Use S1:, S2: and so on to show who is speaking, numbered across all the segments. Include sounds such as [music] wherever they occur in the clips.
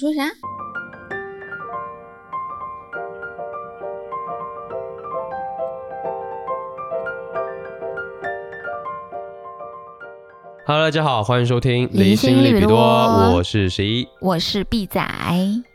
S1: 你说啥？
S2: Hello，大家好，欢迎收听《
S3: 离心
S2: 利
S3: 利比
S2: 多
S3: 多》，
S2: 我是十一。
S3: 我是 B 仔，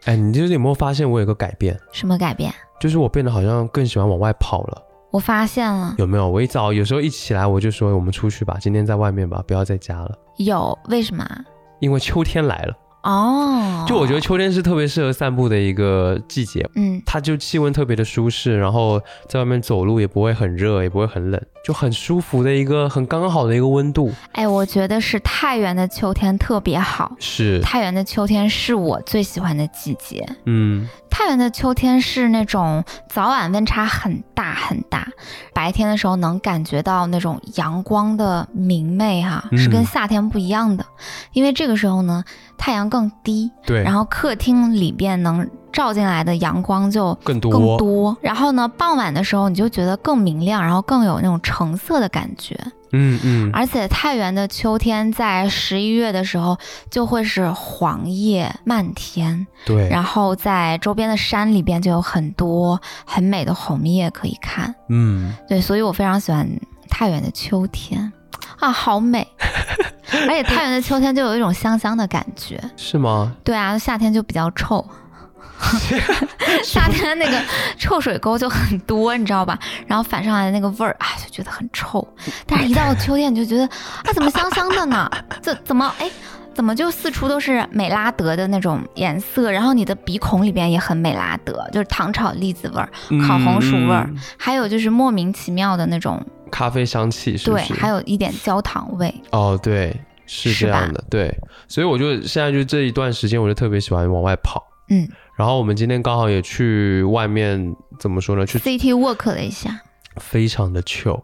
S2: 哎，你就是有没有发现我有个改变？
S3: 什么改变？
S2: 就是我变得好像更喜欢往外跑了，
S3: 我发现了
S2: 有没有？我一早有时候一起来我就说我们出去吧，今天在外面吧，不要在家了，
S3: 有，为什么啊？
S2: 因为秋天来了。
S3: 哦，
S2: 就我觉得，秋天是特别适合散步的一个季节，
S3: 嗯，
S2: 它就气温特别的舒适，然后在外面走路也不会很热，也不会很冷，就很舒服的一个很刚刚好的一个温度。
S3: 哎，我觉得是太原的秋天特别好。
S2: 是，
S3: 太原的秋天是我最喜欢的季节。
S2: 嗯，
S3: 太原的秋天是那种早晚温差很大很大，白天的时候能感觉到那种阳光的明媚哈、
S2: 嗯
S3: 是跟夏天不一样的。因为这个时候呢，太阳更低，
S2: 对，
S3: 然
S2: 后
S3: 后客厅里边能照进来的阳光就
S2: 更多，
S3: 更多。然后呢，傍晚的时候你就觉得更明亮，然后更有那种橙色的感觉。
S2: 嗯嗯，
S3: 而且太原的秋天在十一月的时候就会是黄叶漫天，
S2: 对，
S3: 然后在周边的山里边就有很多很美的红叶可以看。
S2: 嗯。
S3: 对，所以我非常喜欢太原的秋天。啊，好
S2: [laughs]
S3: 美！而且太原的秋天就有一种香香的感觉。
S2: 是吗？
S3: 对啊，夏天就比较
S2: [laughs]
S3: 臭。夏天那个臭水沟就很多，你知道吧？然后反上来的那个味儿，哎，就觉得很臭。但是，一到秋天，你就觉得啊，怎么香香的呢？这怎么哎，怎么就四处都是美拉德的那种颜色？然后你的鼻孔里边也很美拉德，就是糖炒栗子味儿，烤红薯味儿
S2: 嗯、
S3: 还有就是莫名其妙的那种，
S2: 咖啡香气是不
S3: 对
S2: 是？，
S3: 还有一点焦糖味。
S2: 哦，对，是
S3: 是
S2: 这样
S3: 吧
S2: 的，对。所以我就现在就这一段时间，我就特别喜欢往外跑。
S3: 嗯
S2: 然后我们今天刚好也去外面，怎么说呢？去
S3: ，City Walk 了一下，
S2: 非常的 chill，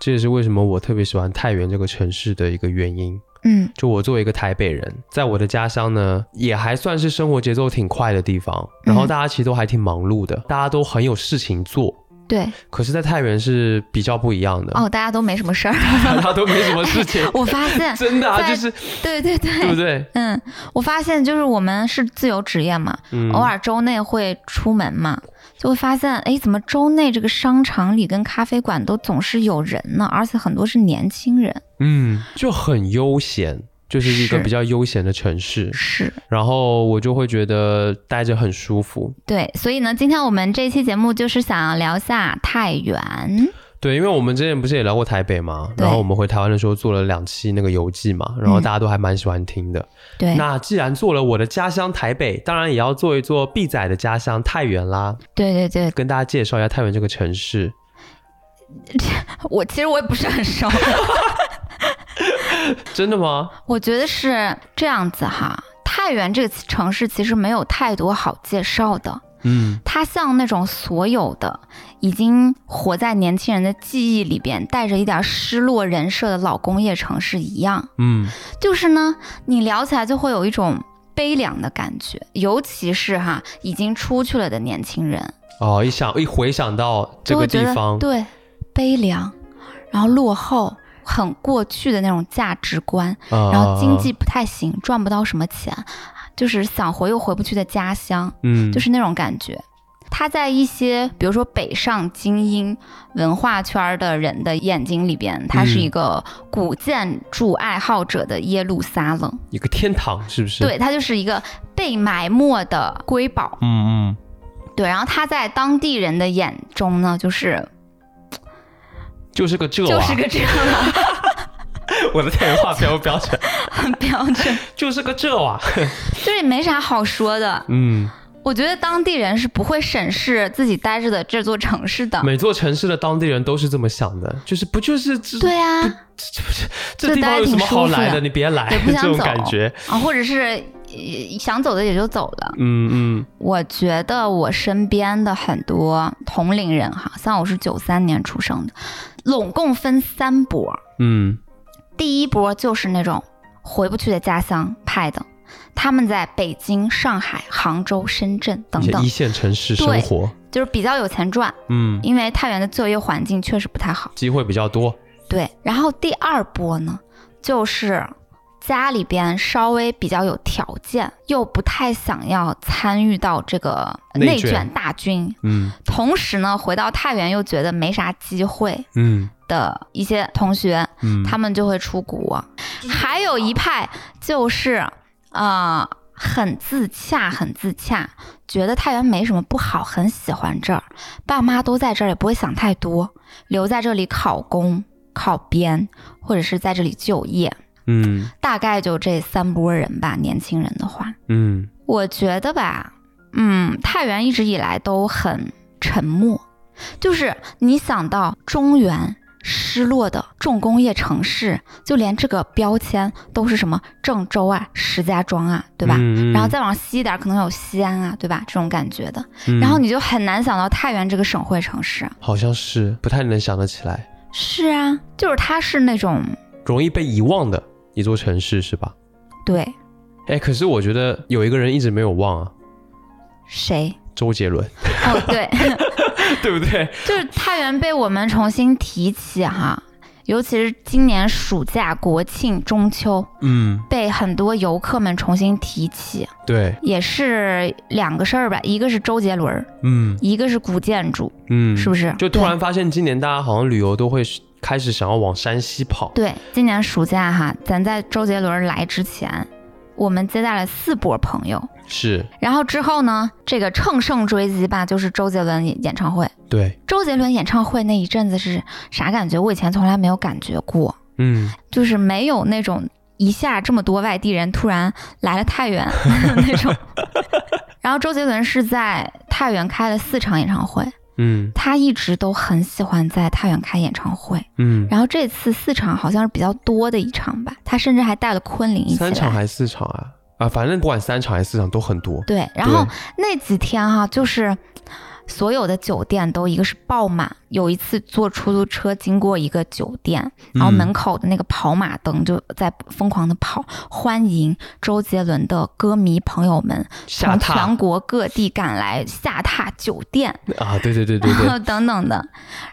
S2: 这也是为什么我特别喜欢太原这个城市的一个原因。
S3: 嗯
S2: 就我作为一个台北人，在我的家乡呢，也还算是生活节奏挺快的地方，然后
S3: 嗯
S2: 大家其实都还挺忙碌的，大家都很有事情做。
S3: 对，
S2: 可是，在太原是比较不一样的，
S3: 哦，大家都没什么事儿。。
S2: 大家都没什么事情
S3: [laughs] 我
S2: [laughs]
S3: 发现，
S2: 真的啊，
S3: 在
S2: 就是
S3: 对对对，
S2: 对不对？
S3: 嗯，我发现就是我们是自由职业嘛，
S2: 嗯，
S3: 偶尔周内会出门嘛，就会发现，哎，怎么周内这个商场里跟咖啡馆都总是有人呢？而且很多是年轻人。
S2: 嗯就很悠闲，就是一个
S3: 是
S2: 比较悠闲的城市。
S3: 是
S2: 然后我就会觉得待着很舒服，
S3: 对，所以呢，今天我们这期节目就是想聊下太原。
S2: 对，因为我们之前不是也聊过台北嘛，
S3: 对
S2: 然后我们回台湾的时候做了两期那个游记嘛，然后
S3: 嗯
S2: 大家都还蛮喜欢听的。
S3: 对
S2: 那既然做了我的家乡台北，当然也要做一做 B 仔的家乡太原啦，
S3: 对对对，
S2: 跟大家介绍一下太原这个城市。
S3: 我其实我也不是很熟， [laughs]
S2: 真的吗？
S3: 我觉得是这样子哈。太原这个城市其实没有太多好介绍的，
S2: 嗯，
S3: 它像那种所有的已经活在年轻人的记忆里边，带着一点失落人设的老工业城市一样，
S2: 嗯，
S3: 就是呢，你聊起来就会有一种悲凉的感觉，尤其是哈已经出去了的年轻人，
S2: 哦，一想一回想到这个
S3: 就会觉
S2: 地
S3: 得
S2: 方，
S3: 对悲凉，然后落后，很过去的那种价值观，
S2: 啊
S3: 然后经济，不太行，赚不到什么钱，就是想回又回不去的家乡。
S2: 嗯，
S3: 就是那种感觉。他在一些，比如说北上精英文化圈的人的眼睛里边，他
S2: 嗯
S3: 是一个古建筑爱好者的耶路撒冷，
S2: 一个天堂，是不是？
S3: 对，他就是一个被埋没的瑰宝，
S2: 嗯嗯，
S3: 对。然后他在当地人的眼中呢，就是
S2: 就是个这、啊，
S3: 就是个这样的
S2: [laughs] 我的太原话标不标准？ [laughs]
S3: 很标准， [laughs]
S2: 就是个这啊，
S3: 就是也没啥好说的。
S2: 嗯，
S3: 我觉得当地人是不会审视自己待着的这座城市的，
S2: 嗯每座城市的当地人都是这么想的，就是不就是这
S3: 对啊。
S2: 这这地方有什么好来的？
S3: 就待着挺舒服的
S2: 你别来
S3: 对，，不
S2: [laughs] 这
S3: 想
S2: 种
S3: 走
S2: 感觉，
S3: 啊，或者是、呃想走的也就走了。
S2: 嗯嗯
S3: 我觉得我身边的很多同龄人哈，像我是九三年出生的，拢共分三波。
S2: 嗯，
S3: 第一波就是那种回不去的家乡派的，他们在北京、上海、杭州、深圳等
S2: 一些
S3: 等
S2: 一，线城市生活，
S3: 就是比较有钱赚，
S2: 嗯，
S3: 因为太原的就业环境确实不太好。
S2: 机会比较多，
S3: 对，然后第二波呢，就是家里边稍微比较有条件，又不太想要参与到这个
S2: 内
S3: 内
S2: 卷
S3: 卷大军，
S2: 嗯
S3: 同时呢，回到太原又觉得没啥机会
S2: 嗯
S3: 的一些同学，
S2: 嗯，
S3: 他们就会出国。还有一派就是，呃，很自洽，很自洽，觉得太原没什么不好，很喜欢这儿，爸妈都在这儿，也不会想太多，留在这里考公、考编，或者是在这里就业，
S2: 嗯
S3: 大概就这三波人吧。年轻人的话，
S2: 嗯
S3: 我觉得吧，嗯，太原一直以来都很沉默，就是你想到中原失落的重工业城市，就连这个标签都是什么郑州啊、石家庄啊，对吧？
S2: 嗯、
S3: 然后再往西一点，可能有西安啊，对吧？这种感觉的，
S2: 嗯
S3: 然后你就很难想到太原这个省会城市。啊
S2: 好像是不太能想得起来，
S3: 是啊，就是它是那种
S2: 容易被遗忘的一座城市是吧？
S3: 对
S2: 哎，可是我觉得有一个人一直没有忘啊，
S3: 谁
S2: 周杰伦，
S3: 哦对，
S2: [laughs] 对不对？
S3: 就是太原被我们重新提起哈，尤其是今年暑假、国庆、中秋，
S2: 嗯，
S3: 被很多游客们重新提起，
S2: 对，
S3: 也是两个事儿吧，一个是周杰伦儿，
S2: 嗯
S3: 一个是古建筑，
S2: 嗯，
S3: 是不是？
S2: 就突然发现今年大家好像旅游都会开始想要往山西跑。
S3: 对。对，今年暑假哈，咱在周杰伦儿来之前，我们接待了四波朋友，
S2: 是，
S3: 然后之后呢，这个乘胜追击吧，就是周杰伦演演唱会。
S2: 对，
S3: 周杰伦演唱会那一阵子是啥感觉？我以前从来没有感觉过。
S2: 嗯，
S3: 就是没有那种一下这么多外地人突然来了太原那种。然后周杰伦是在太原开了四场演唱会，
S2: 嗯
S3: 他一直都很喜欢在太原开演唱会。
S2: 嗯，
S3: 然后这次四场好像是比较多的一场吧，他甚至还带了昆凌一起
S2: 三场
S3: 来。
S2: 还是四场啊？啊，反正不管三场还是四场都很多。
S3: 对，然后那几天哈、就是所有的酒店都一个是爆满。有一次坐出租车经过一个酒店，然后
S2: 嗯
S3: 门口的那个跑马灯就在疯狂的跑，欢迎周杰伦的歌迷朋友们
S2: 下
S3: 从全
S2: 榻
S3: 国各地赶来下榻酒店，
S2: 啊，对对对对
S3: 然
S2: 对，
S3: 后 [laughs] 等等的。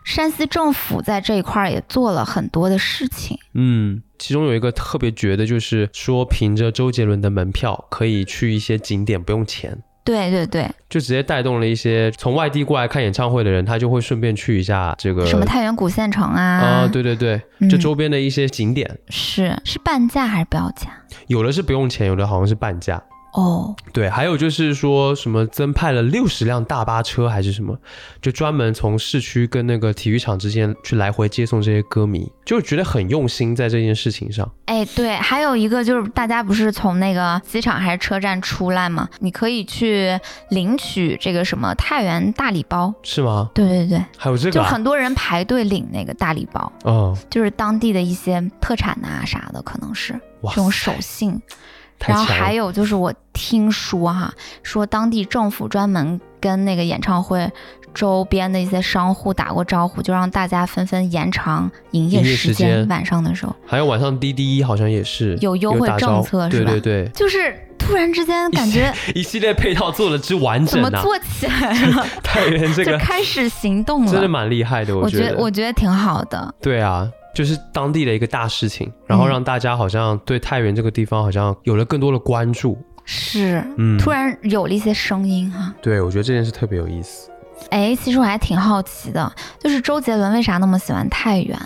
S3: 山西政府在这一块儿也做了很多的事情。
S2: 嗯，其中有一个特别绝的，就是说凭着周杰伦的门票可以去一些景点不用钱。
S3: 对对对，
S2: 就直接带动了一些从外地过来看演唱会的人，他就会顺便去一下这个
S3: 什么太原古县城啊，
S2: 呃啊，对对对，
S3: 嗯
S2: 就周边的一些景点，
S3: 是是半价还是不要价？
S2: 有的是不用钱，有的好像是半价。
S3: 哦，
S2: 对，还有就是说什么增派了六十辆大巴车还是什么，就专门从市区跟那个体育场之间去来回接送这些歌迷，就觉得很用心在这件事情上。
S3: 哎，对，还有一个就是大家不是从那个机场还是车站出来吗？你可以去领取这个什么太原大礼包。
S2: 是吗？
S3: 对对对，
S2: 还有这
S3: 就
S2: 个啊，
S3: 很多人排队领那个大礼包，
S2: 嗯，
S3: 就是当地的一些特产呐、啥的，可能是
S2: 哇
S3: 这种
S2: 塞
S3: 手信。
S2: 太
S3: 然后
S2: 强了
S3: 还有就是我听说哈，说当地政府专门跟那个演唱会周边的一些商户打过招呼，就让大家纷纷延长营业
S2: 营业时
S3: 时
S2: 间
S3: 间，晚上的时候。
S2: 还有晚上滴滴好像也是
S3: 有优惠
S2: 打招
S3: 政策
S2: 对
S3: 是吧
S2: 对对，
S3: 就是突然之间
S2: [laughs]
S3: 感觉
S2: 一系列配套做的之完
S3: 怎
S2: 整
S3: 么
S2: 呐、
S3: 做起来
S2: [laughs]
S3: 了， [laughs]
S2: 太原这
S3: 就
S2: 个
S3: 开始行动了。
S2: 真的蛮厉害的，
S3: 我
S2: 觉
S3: 觉我觉得挺好的。
S2: 对啊，就是当地的一个大事情，然后
S3: 嗯
S2: 让大家好像对太原这个地方好像有了更多的关注。
S3: 是，
S2: 嗯，
S3: 突然有了一些声音哈、
S2: 对我觉得这件事特别有意思。
S3: 哎，其实我还挺好奇的，就是周杰伦为啥那么喜欢太原？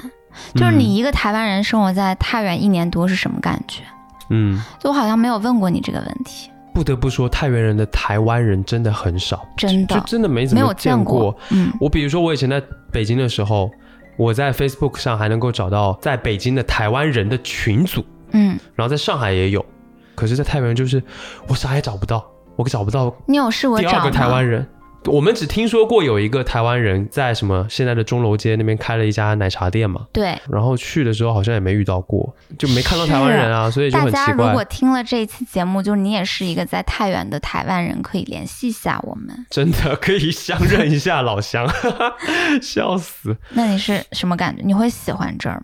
S3: 就是
S2: 嗯
S3: 你一个台湾人生活在太原一年多是什么感觉？
S2: 嗯，
S3: 就我好像没有问过你这个问题，
S2: 不得不说，太原人的台湾人真的很少，
S3: 真
S2: 就
S3: 的
S2: 真的没怎
S3: 没
S2: 么
S3: 有见
S2: 过。
S3: 过。嗯，
S2: 我比如说，我以前在北京的时候，我在 Facebook 上还能够找到在北京的台湾人的群组，
S3: 嗯，
S2: 然后在上海也有，可是，在太原就是我啥也找不到，我找不到
S3: 你有试过
S2: 第
S3: 找
S2: 二
S3: 吗？
S2: 个台湾人。我们只听说过有一个台湾人在什么现在的钟楼街那边开了一家奶茶店嘛，
S3: 对，
S2: 然后去的时候好像也没遇到过，就没看到台湾人啊，所以就
S3: 大
S2: 很
S3: 家
S2: 奇
S3: 如果
S2: 怪。
S3: 听了这一期节目，就是你也是一个在太原的台湾人，可以联系一下我们。
S2: 真的可以相认一下老乡， [laughs] 笑死！
S3: 那你是什么感觉？你会喜欢这儿吗？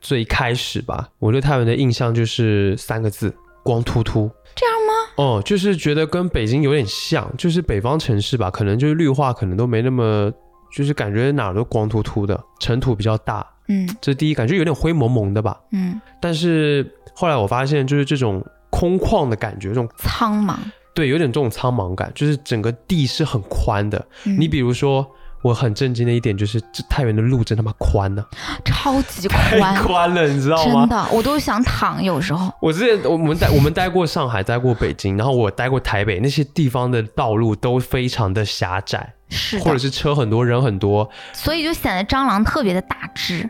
S2: 最开始吧，我对台湾的印象就是三个字：光秃秃。
S3: 这样吗？
S2: 哦、就是觉得跟北京有点像，就是北方城市吧，可能就是绿化可能都没那么就是感觉哪儿都光秃秃的，尘土比较大。
S3: 嗯
S2: 这第一感觉有点灰蒙蒙的吧，
S3: 嗯，
S2: 但是后来我发现就是这种空旷的感觉，这种
S3: 苍茫。
S2: 对，有点这种苍茫感，就是整个地是很宽的。
S3: 嗯
S2: 你比如说，我很震惊的一点就是，这太原的路真他妈宽啊呢、
S3: 超级
S2: 太
S3: 宽，
S2: 宽了，你知道
S3: 真
S2: 吗？
S3: 的，我都想躺，有时候。
S2: 我之前我们待我们待过上海，待过北京，然后我待过台北，那些地方的道路都非常的狭窄，
S3: 是
S2: 或者
S3: 的，
S2: 是车很多人很多，
S3: 所以就显得蟑螂特别的大只。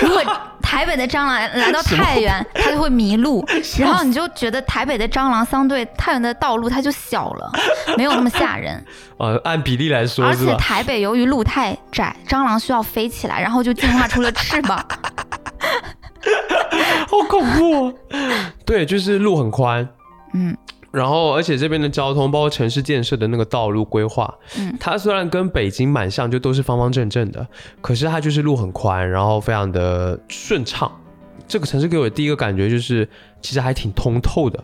S3: 如果台北的蟑螂来到
S2: [laughs]
S3: 太原，它就会迷路，然后你就觉得台北的蟑螂相对太原的道路它就小
S2: [laughs]
S3: 了，没有那么吓人。
S2: 呃，按比例来说
S3: 而
S2: 是
S3: 且
S2: 吧？
S3: 台北由于路太窄，蟑螂需要飞起来，然后就进化出了翅膀。
S2: [laughs] 好恐怖、哦。 [laughs] 对，就是路很宽，
S3: 嗯
S2: 然后，而且这边的交通，包括城市建设的那个道路规划，
S3: 嗯
S2: 它虽然跟北京蛮像，就都是方方正正的，可是它就是路很宽，然后非常的顺畅。这个城市给我的第一个感觉就是，其实还挺通透的，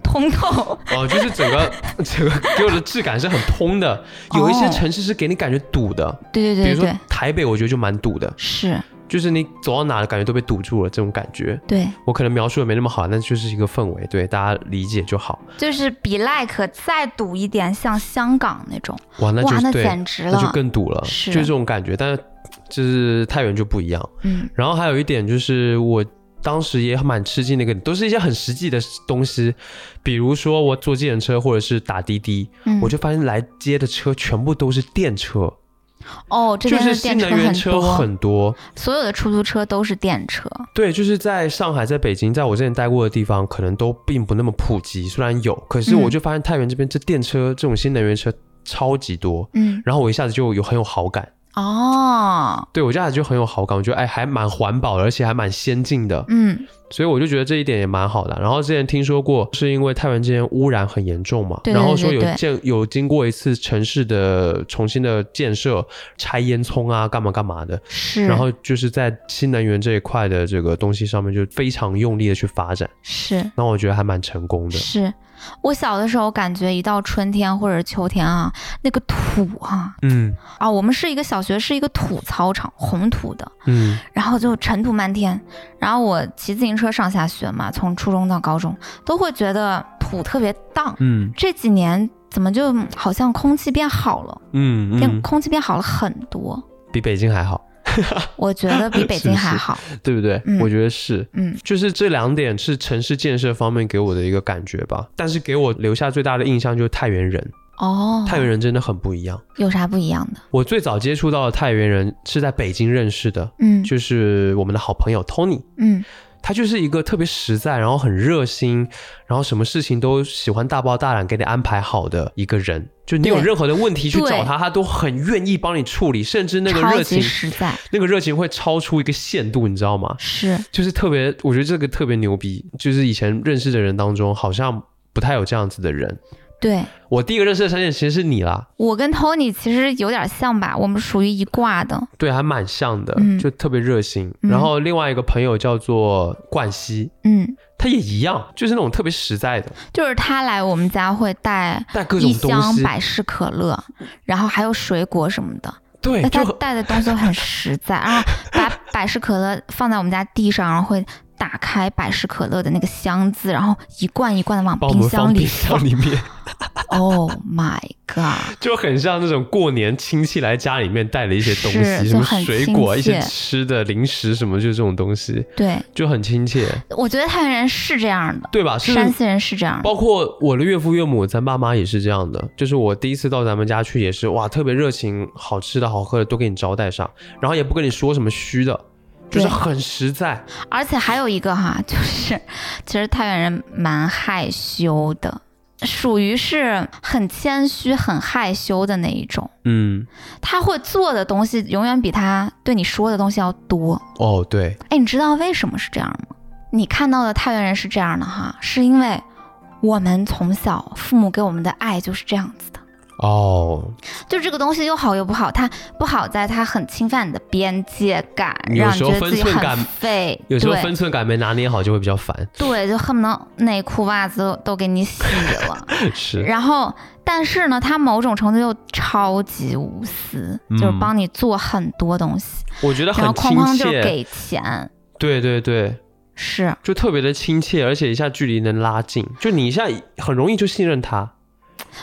S3: 通透，
S2: 哦、就是整个 [laughs] 整个给我的质感是很通的。有一些城市是给你感觉堵的，
S3: 对
S2: 比
S3: 哦对
S2: 如说
S3: 对对，
S2: 台北，我觉得就蛮堵的，
S3: 是，
S2: 就是你走到哪儿感觉都被堵住了这种感觉。
S3: 对，
S2: 我可能描述的没那么好，但就是一个氛围，对大家理解就好。
S3: 就是比 like 再堵一点，像香港那种，
S2: 哇，那就
S3: 哇，那
S2: 对，
S3: 简直
S2: 那就
S3: 了，
S2: 更堵了，
S3: 是
S2: 就是这种感觉。但是就是太原就不一样。
S3: 嗯。
S2: 然后还有一点就是我。当时也蛮吃惊的一个，都是一些很实际的东西，比如说我坐计程车或者是打滴滴，
S3: 嗯
S2: 我就发现来接的车全部都是电车，
S3: 哦，这
S2: 就
S3: 边
S2: 是
S3: 的
S2: 新
S3: 电车
S2: 能源车
S3: 多，
S2: 很多。
S3: 所有的出租车都是电车。
S2: 对，就是在上海、在北京，在我之前待过的地方，可能都并不那么普及，虽然有，可是
S3: 嗯
S2: 我就发现太原这边这电车这种新能源车超级多，
S3: 嗯，
S2: 然后我一下子就有很有好感。
S3: 哦，
S2: 对我家就很有好感，我觉得哎还蛮环保的，而且还蛮先进的，
S3: 嗯，
S2: 所以我就觉得这一点也蛮好的。然后之前听说过，是因为太原之前污染很严重嘛，
S3: 对
S2: 然后说
S3: 对
S2: 有
S3: 对
S2: 建有经过一次城市的重新的建设，拆烟囱啊，干嘛干嘛的，
S3: 是，
S2: 然后就是在新能源这一块的这个东西上面就非常用力的去发展，
S3: 是
S2: 那我觉得还蛮成功的。
S3: 是，我小的时候感觉一到春天或者秋天啊，那个土啊
S2: 嗯
S3: 啊，我们是一个小学是一个土操场，红土的，
S2: 嗯，
S3: 然后就尘土漫天。然后我骑自行车上下学嘛，从初中到高中都会觉得土特别荡。
S2: 嗯
S3: 这几年怎么就好像空气变好了，
S2: 嗯
S3: 变
S2: 嗯，
S3: 空气变好了很多。
S2: 比北京还好，
S3: 我觉得比北京
S2: [laughs] 是是
S3: 还好。
S2: 对不对？
S3: 嗯
S2: 我觉得是。
S3: 嗯
S2: 就是这两点是城市建设方面给我的一个感觉吧，但是给我留下最大的印象就是太原人，
S3: 哦，
S2: 太原人真的很不一样。
S3: 有啥不一样的？
S2: 我最早接触到的太原人是在北京认识的，
S3: 嗯
S2: 就是我们的好朋友 Tony，
S3: 嗯
S2: 他就是一个特别实在，然后很热心，然后什么事情都喜欢大包大揽给你安排好的一个人。就你有
S3: 对
S2: 任何的问题去
S3: 对
S2: 找他，他都很愿意帮你处理，甚至那个
S3: 超
S2: 热
S3: 级
S2: 情，
S3: 实在，
S2: 那个热情会超出一个限度，你知道吗？
S3: 是
S2: 就是特别，我觉得这个特别牛逼，就是以前认识的人当中，好像不太有这样子的人。
S3: 对。
S2: 我第一个认识的闪电其实是你啦，
S3: 我跟 Tony 其实有点像吧，我们属于一挂的。
S2: 对，还蛮像的，
S3: 嗯
S2: 就特别热心。
S3: 嗯
S2: 然后另外一个朋友叫做冠希，
S3: 嗯，
S2: 他也一样，就是那种特别实在的，
S3: 就是他来我们家会带
S2: 带各种
S3: 一
S2: 东
S3: 箱
S2: 西，
S3: 百事可乐，然后还有水果什么的。
S2: 对，
S3: 哎，
S2: 就
S3: 他
S2: 很
S3: 带的东西都很实在，然后
S2: [laughs]
S3: 把百事可乐放在我们家地上，然后会打开百事可乐的那个箱子，然后一罐一罐的往
S2: 把我们
S3: 冰
S2: 放
S3: 箱
S2: 冰
S3: 里
S2: 箱
S3: 放。
S2: 里面，
S3: [laughs] Oh my god！
S2: 就很像那种过年亲戚来家里面带了一些东西，
S3: 是
S2: 什么
S3: 就很
S2: 水果、一
S3: 亲切
S2: 些吃的、零食什么，就这种东西，
S3: 对，
S2: 就很亲切，
S3: 我觉得太原人是这样的，
S2: 对吧？是不是
S3: 山西人是这样的。
S2: 包括我的岳父岳母，咱爸妈也是这样的。就是我第一次到咱们家去，也是哇，特别热情，好吃的好喝的都给你招待上，然后也不跟你说什么虚的，就是
S3: 对
S2: 很实在。
S3: 而且还有一个哈，就是其实太原人蛮害羞的，属于是很谦虚、很害羞的那一种。
S2: 嗯，
S3: 他会做的东西永远比他对你说的东西要多。
S2: 哦，对，
S3: 哎，你知道为什么是这样吗？你看到的太原人是这样的哈，是因为我们从小父母给我们的爱就是这样子的。
S2: 哦，
S3: 就这个东西又好又不好，它不好在它很侵犯你的边界感，
S2: 有
S3: 让你
S2: 时候
S3: 觉得自己
S2: 分寸感
S3: 很废。
S2: 有时候分
S3: 对
S2: 寸感没拿捏好就会比较烦，
S3: 对，就恨不能内裤袜子都都给你洗
S2: [laughs]
S3: 了。
S2: 是，
S3: 然后，但是呢，它某种程度又超级无私，就是
S2: 嗯
S3: 帮你做很多东西，
S2: 我觉得
S3: 然后
S2: 很
S3: 哐
S2: 亲
S3: 哐就是
S2: 切，
S3: 给钱，
S2: 对对对，
S3: 是
S2: 就特别的亲切，而且一下距离能拉近，就你一下很容易就信任他，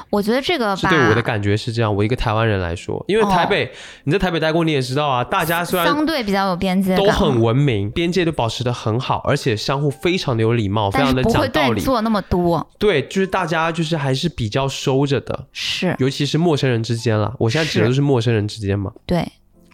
S3: 我觉得这个
S2: 是
S3: 吧，
S2: 对我的感觉是这样。我一个台湾人来说，因为台北、
S3: 哦
S2: 你在台北待过，你也知道啊，大家虽然
S3: 相对比较有边界感，
S2: 都很文明，边界都保持的很好，而且相互非常的有礼貌，非
S3: 但
S2: 常
S3: 是
S2: 的
S3: 不会
S2: 讲
S3: 对
S2: 道
S3: 你
S2: 理，
S3: 做那么多，
S2: 对，就是大家就是还是比较收着的，
S3: 是
S2: 尤其是陌生人之间啦。我现在指的
S3: 是
S2: 都是陌生人之间嘛。
S3: 对，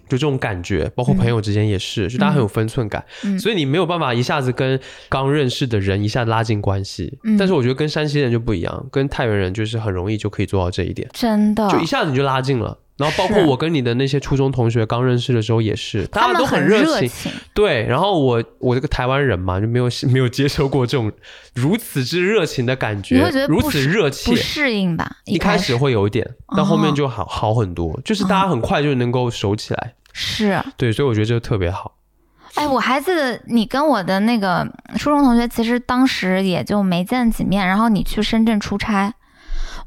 S2: 就这种感觉，包括朋友之间也是，就大家很有分寸感，
S3: 嗯
S2: 所以你没有办法一下子跟刚认识的人一下拉近关系。
S3: 嗯
S2: 但是我觉得跟山西人就不一样，跟太原人就是很容易就可以做到这一点，
S3: 真的
S2: 就一下子你就拉近了。然后包括
S3: 是
S2: 我跟你的那些初中同学刚认识的时候也是，大
S3: 他
S2: 家都
S3: 们
S2: 很热
S3: 热
S2: 情，
S3: 情，
S2: 对。然后我我这个台湾人嘛，就没有 [laughs] 没有接受过这种如此之热情的感觉，
S3: 你会觉得不
S2: 如此
S3: 适
S2: 热切
S3: 不，适应吧？
S2: 一
S3: 开哦
S2: 开始会有一点，但后面就好、好很多，就是大家很快就能够熟起来。
S3: 是，
S2: 对，所以我觉得这个特别好。
S3: 哎，我还记得你跟我的那个初中同学，其实当时也就没见几面，然后你去深圳出差。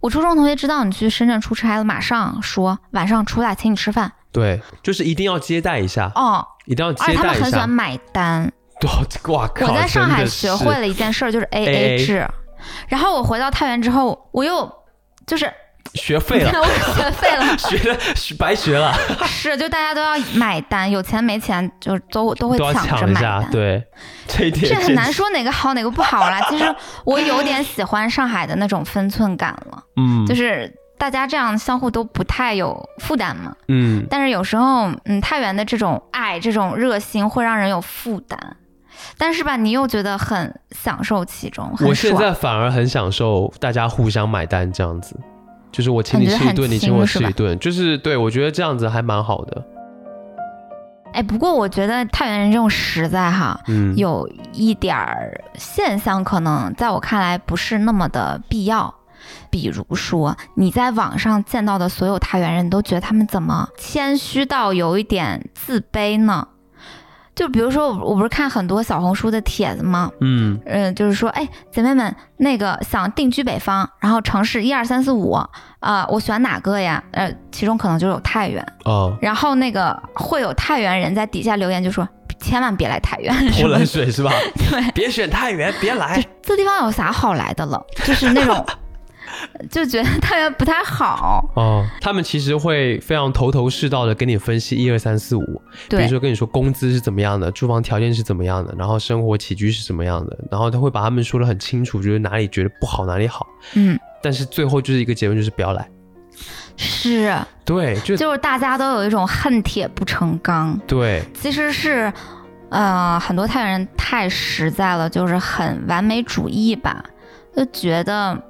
S3: 我初中同学知道你去深圳出差了，马上说晚上出来请你吃饭
S2: 对，就是一定要接待一下，
S3: 哦，
S2: 一定要
S3: 而且
S2: 接
S3: 他们
S2: 待一
S3: 很喜欢
S2: 下。
S3: 买单。
S2: 对，哇靠！
S3: 我在上海
S2: 真的
S3: 学
S2: 是
S3: 会了一件事儿，就是 A A 制。然后我回到太原之后，我又就是
S2: 学废了，
S3: [laughs] 我学废了，
S2: 学了学白学了，
S3: 是就大家都要买单，有钱没钱就都都会
S2: 都要
S3: 抢着
S2: 抢一
S3: 买
S2: 下。
S3: 单。
S2: 对，这一点
S3: 这很
S2: 真
S3: 难
S2: 是。
S3: 说哪个好哪个不好啦。其实我有点喜欢上海的那种分寸感了，
S2: 嗯，
S3: 就是大家这样相互都不太有负担嘛。
S2: 嗯，
S3: 但是有时候，嗯，太原的这种爱、这种热心会让人有负担，但是吧，你又觉得很享受其中，很
S2: 我现
S3: 爽。
S2: 在反而很享受大家互相买单这样子，就是我请你
S3: 感觉
S2: 吃一
S3: 很
S2: 顿，你请
S3: 轻
S2: 我
S3: 是
S2: 吃一
S3: 吧
S2: 顿，就是对我觉得这样子还蛮好的。
S3: 哎，不过我觉得太原人这种实在哈，
S2: 嗯，
S3: 有一点儿现象，可能在我看来不是那么的必要。比如说，你在网上见到的所有太原人都觉得他们怎么谦虚到有一点自卑呢？就比如说，我我不是看很多小红书的帖子吗？
S2: 嗯，
S3: 嗯，就是说，哎，姐妹们，那个想定居北方，然后城市一二三四五，啊，我选哪个呀？呃，其中可能就有太原， [laughs]
S2: 哦，
S3: 然后那个会有太原人在底下留言，就说千万别来太原，
S2: 泼冷水是吧？
S3: 对，
S2: 别选太原，别
S3: [laughs]
S2: 来。
S3: 这地方有啥好来的了？就是那种，就觉得太原不太好。
S2: 哦，他们其实会非常头头是道的跟你分析一二三四五，比
S3: 对
S2: 如，说跟你说工资是怎么样的，住房条件是怎么样的，然后生活起居是怎么样的，然后他会把他们说的很清楚，就是哪里觉得不好，哪里好。
S3: 嗯，
S2: 但是最后就是一个结论，就是不要来。
S3: 是，
S2: 对，就
S3: 就是大家都有一种恨铁不成钢，
S2: 对，
S3: 其实是，呃，很多太原人太实在了，就是很完美主义吧，就觉得，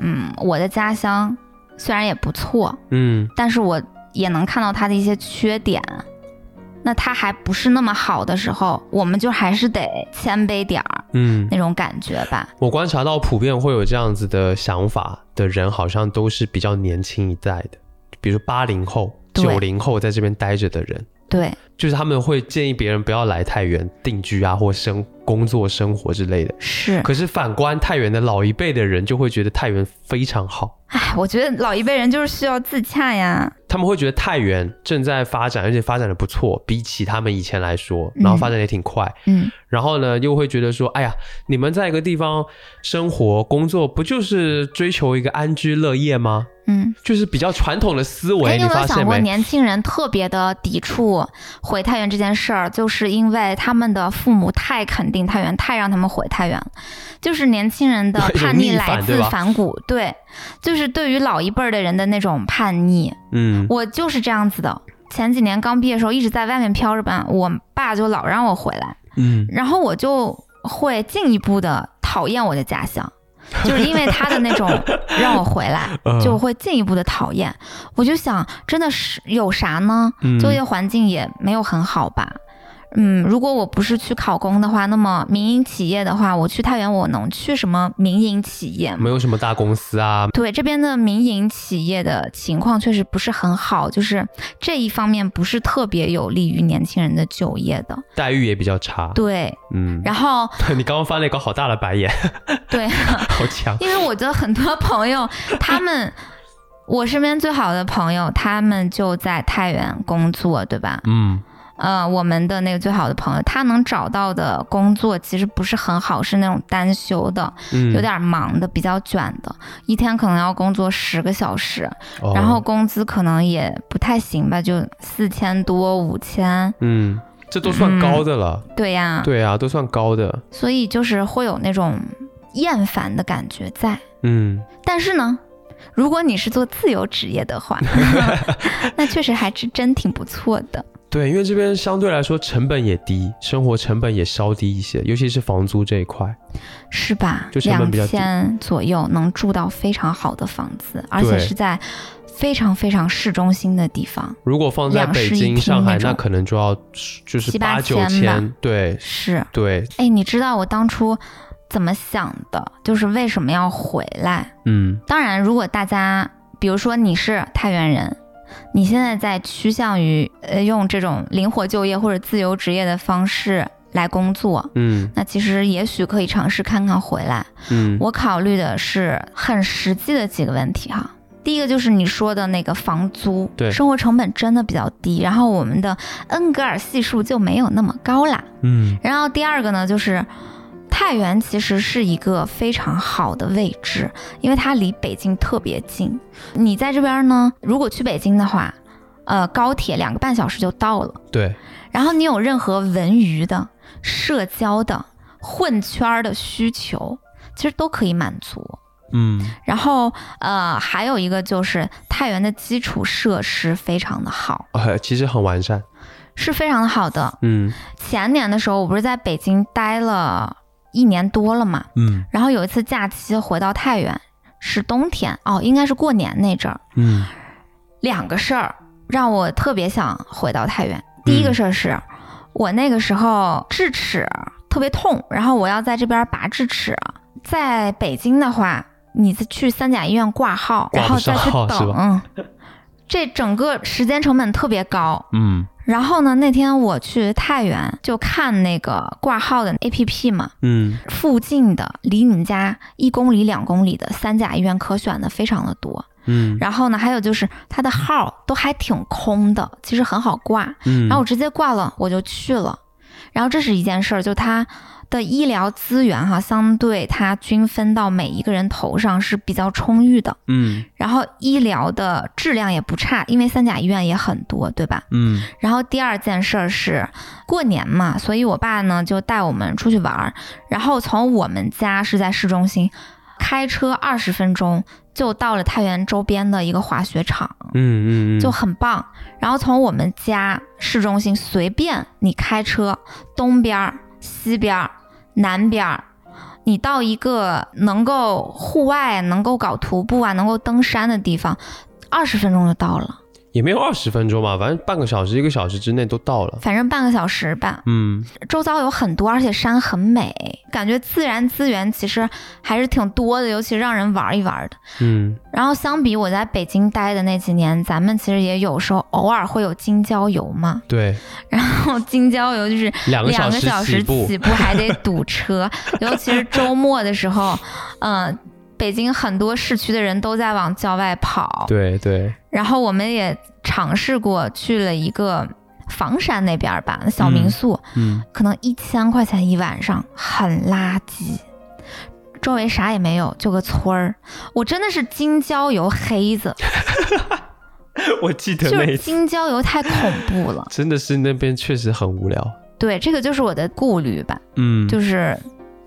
S3: 嗯，我的家乡虽然也不错，
S2: 嗯，
S3: 但是我也能看到它的一些缺点。那它还不是那么好的时候，我们就还是得谦卑点儿
S2: 嗯，
S3: 那种感觉吧。
S2: 我观察到普遍会有这样子的想法的人，好像都是比较年轻一代的，比如八零后、
S3: 对
S2: 九零后在这边待着的人，
S3: 对，
S2: 就是他们会建议别人不要来太原定居啊，或生工作、生活之类的。
S3: 是，
S2: 可是反观太原的老一辈的人，就会觉得太原非常好。
S3: 哎，我觉得老一辈人就是需要自洽呀。
S2: 他们会觉得太原正在发展，而且发展的不错，比起他们以前来说，
S3: 嗯
S2: 然后发展得也挺快。
S3: 嗯，
S2: 然后呢，又会觉得说，哎呀，你们在一个地方生活、工作，不就是追求一个安居乐业吗？
S3: 嗯，
S2: 就是比较传统的思
S3: 哎，
S2: 维，
S3: 你
S2: 你
S3: 有没
S2: 发
S3: 有想
S2: 现
S3: 过，
S2: 没？
S3: 年轻人特别的抵触回太原这件事儿，就是因为他们的父母太肯定太原，太让他们回太原了。就是年轻人的
S2: [laughs] 有
S3: 叛逆
S2: 逆
S3: 来
S2: 反对
S3: 自
S2: 吧
S3: 反骨，对，就是对于老一辈儿的人的那种叛逆，
S2: 嗯，
S3: 我就是这样子的。前几年刚毕业的时候，一直在外面飘着吧，我爸就老让我回来，
S2: 嗯，
S3: 然后我就会进一步的讨厌我的家乡，就是因为他的
S2: [laughs]
S3: 那种让我回来，
S2: 嗯
S3: 就会进一步的讨厌。我就想，真的是有啥呢？
S2: 嗯
S3: 就业环境也没有很好吧，嗯，如果我不是去考公的话，那么民营企业的话，我去太原，我能去什么民营企业吗？
S2: 没有什么大公司啊，
S3: 对这边的民营企业的情况确实不是很好，就是这一方面不是特别有利于年轻人的就业的。
S2: 待遇也比较差。
S3: 对，
S2: 嗯，
S3: 然后
S2: [laughs] 你刚刚翻了一个好大的白眼， [laughs]
S3: 对，
S2: 好 [laughs] 强。
S3: 因为我觉得很多
S2: [laughs]
S3: 朋友他们，我身边最好的朋友他们就在太原工作，对吧？
S2: 嗯，
S3: 呃，我们的那个最好的朋友，他能找到的工作其实不是很好，是那种单休的，
S2: 嗯
S3: 有点忙的，比较卷的，一天可能要工作十个小时，
S2: 哦
S3: 然后工资可能也不太行吧，就四千多、五千，
S2: 嗯，这都算高的了。
S3: 对呀、
S2: 对啊，都算高的。
S3: 所以就是会有那种厌烦的感觉在。
S2: 嗯，
S3: 但是呢，如果你是做自由职业
S2: [laughs]
S3: 的话，那确实还是真挺不错的。
S2: 对，因为这边相对来说成本也低，生活成本也稍低一些，尤其是房租这一块。
S3: 是吧
S2: 就？成本
S3: 两
S2: 比较低
S3: 千左右能住到非常好的房子，而且
S2: 对
S3: 是在非常非常市中心的地方。
S2: 如果放在
S3: 两室
S2: 北
S3: 一
S2: 京、
S3: 厅
S2: 上海，
S3: 那种
S2: 那可能就要就是
S3: 七
S2: 八
S3: 八
S2: 九
S3: 千吧
S2: 千。对
S3: 是，
S2: 对，
S3: 哎，你知道我当初怎么想的？就是为什么要回来？
S2: 嗯
S3: 当然，如果大家，比如说你是太原人。你现在在趋向于呃用这种灵活就业或者自由职业的方式来工作，
S2: 嗯
S3: 那其实也许可以尝试看看回来。
S2: 嗯，
S3: 我考虑的是很实际的几个问题哈。第一个就是你说的那个房租，
S2: 对
S3: 生活成本真的比较低，然后我们的恩格尔系数就没有那么高啦。
S2: 嗯
S3: 然后第二个呢，就是太原其实是一个非常好的位置，因为它离北京特别近。你在这边呢，如果去北京的话，呃，高铁两个半小时就到了。
S2: 对，
S3: 然后你有任何文娱的、社交的、混圈儿的需求，其实都可以满足。
S2: 嗯
S3: 然后呃，还有一个就是太原的基础设施非常的好，
S2: 呃，其实很完善。
S3: 是非常的好的。
S2: 嗯
S3: 前年的时候，我不是在北京待了一年多了嘛，
S2: 嗯
S3: 然后有一次假期回到太原，是冬天哦，应该是过年那阵儿，
S2: 嗯
S3: 两个事儿让我特别想回到太原。第
S2: 嗯
S3: 一个事儿是、我那个时候智齿特别痛，然后我要在这边拔智齿。在北京的话，你去三甲医院挂号，
S2: 挂
S3: 然
S2: 不
S3: 后
S2: 上
S3: 再去
S2: 号是
S3: 等，嗯这整个时间成本特别高。
S2: 嗯
S3: 然后呢，那天我去太原就看那个挂号的 APP 嘛，
S2: 嗯
S3: 附近的离你们家一公里、两公里的三甲医院可选的非常的多。
S2: 嗯
S3: 然后呢，还有就是它的号都还挺空的，其实很好挂。
S2: 嗯，
S3: 然后我直接挂了，我就去了。然后这是一件事儿，就它的医疗资源哈、相对它均分到每一个人头上是比较充裕的。
S2: 嗯
S3: 然后医疗的质量也不差，因为三甲医院也很多，对吧？
S2: 嗯
S3: 然后第二件事儿是过年嘛，所以我爸呢就带我们出去玩儿，然后从我们家是在市中心，开车二十分钟就到了太原周边的一个滑雪场，
S2: 嗯嗯，
S3: 就很棒。然后从我们家市中心随便你开车，东边儿、西边儿、南边儿。你到一个能够户外、能够搞徒步啊、能够登山的地方，二十分钟就到了，
S2: 也没有二十分钟吧，反正半个小时、一个小时之内都到了。
S3: 反正半个小时吧。
S2: 嗯
S3: 周遭有很多，而且山很美，感觉自然资源其实还是挺多的，尤其让人玩一玩的。
S2: 嗯
S3: 然后相比我在北京待的那几年，咱们其实也有时候偶尔会有京郊游嘛，
S2: 对，
S3: 然后京郊游就是
S2: 两个小
S3: 两个小
S2: 起
S3: 时
S2: 步。
S3: 起步还得堵车，尤其是周末的时候，嗯、北京很多市区的人都在往郊外跑，
S2: 对对，
S3: 然后我们也尝试过去了一个房山那边儿吧，小民
S2: 嗯
S3: 宿，
S2: 嗯
S3: 可能一千块钱一晚上，很垃圾。周围啥也没有，就个村儿。我真的是京郊游
S2: [laughs]
S3: 黑子，
S2: [laughs] 我记得
S3: 就
S2: 那一
S3: 是
S2: 次，
S3: 京郊游太恐怖了。 [laughs]
S2: 真的是那边确实很无聊。
S3: 对，这个就是我的顾虑吧，
S2: 嗯，
S3: 就是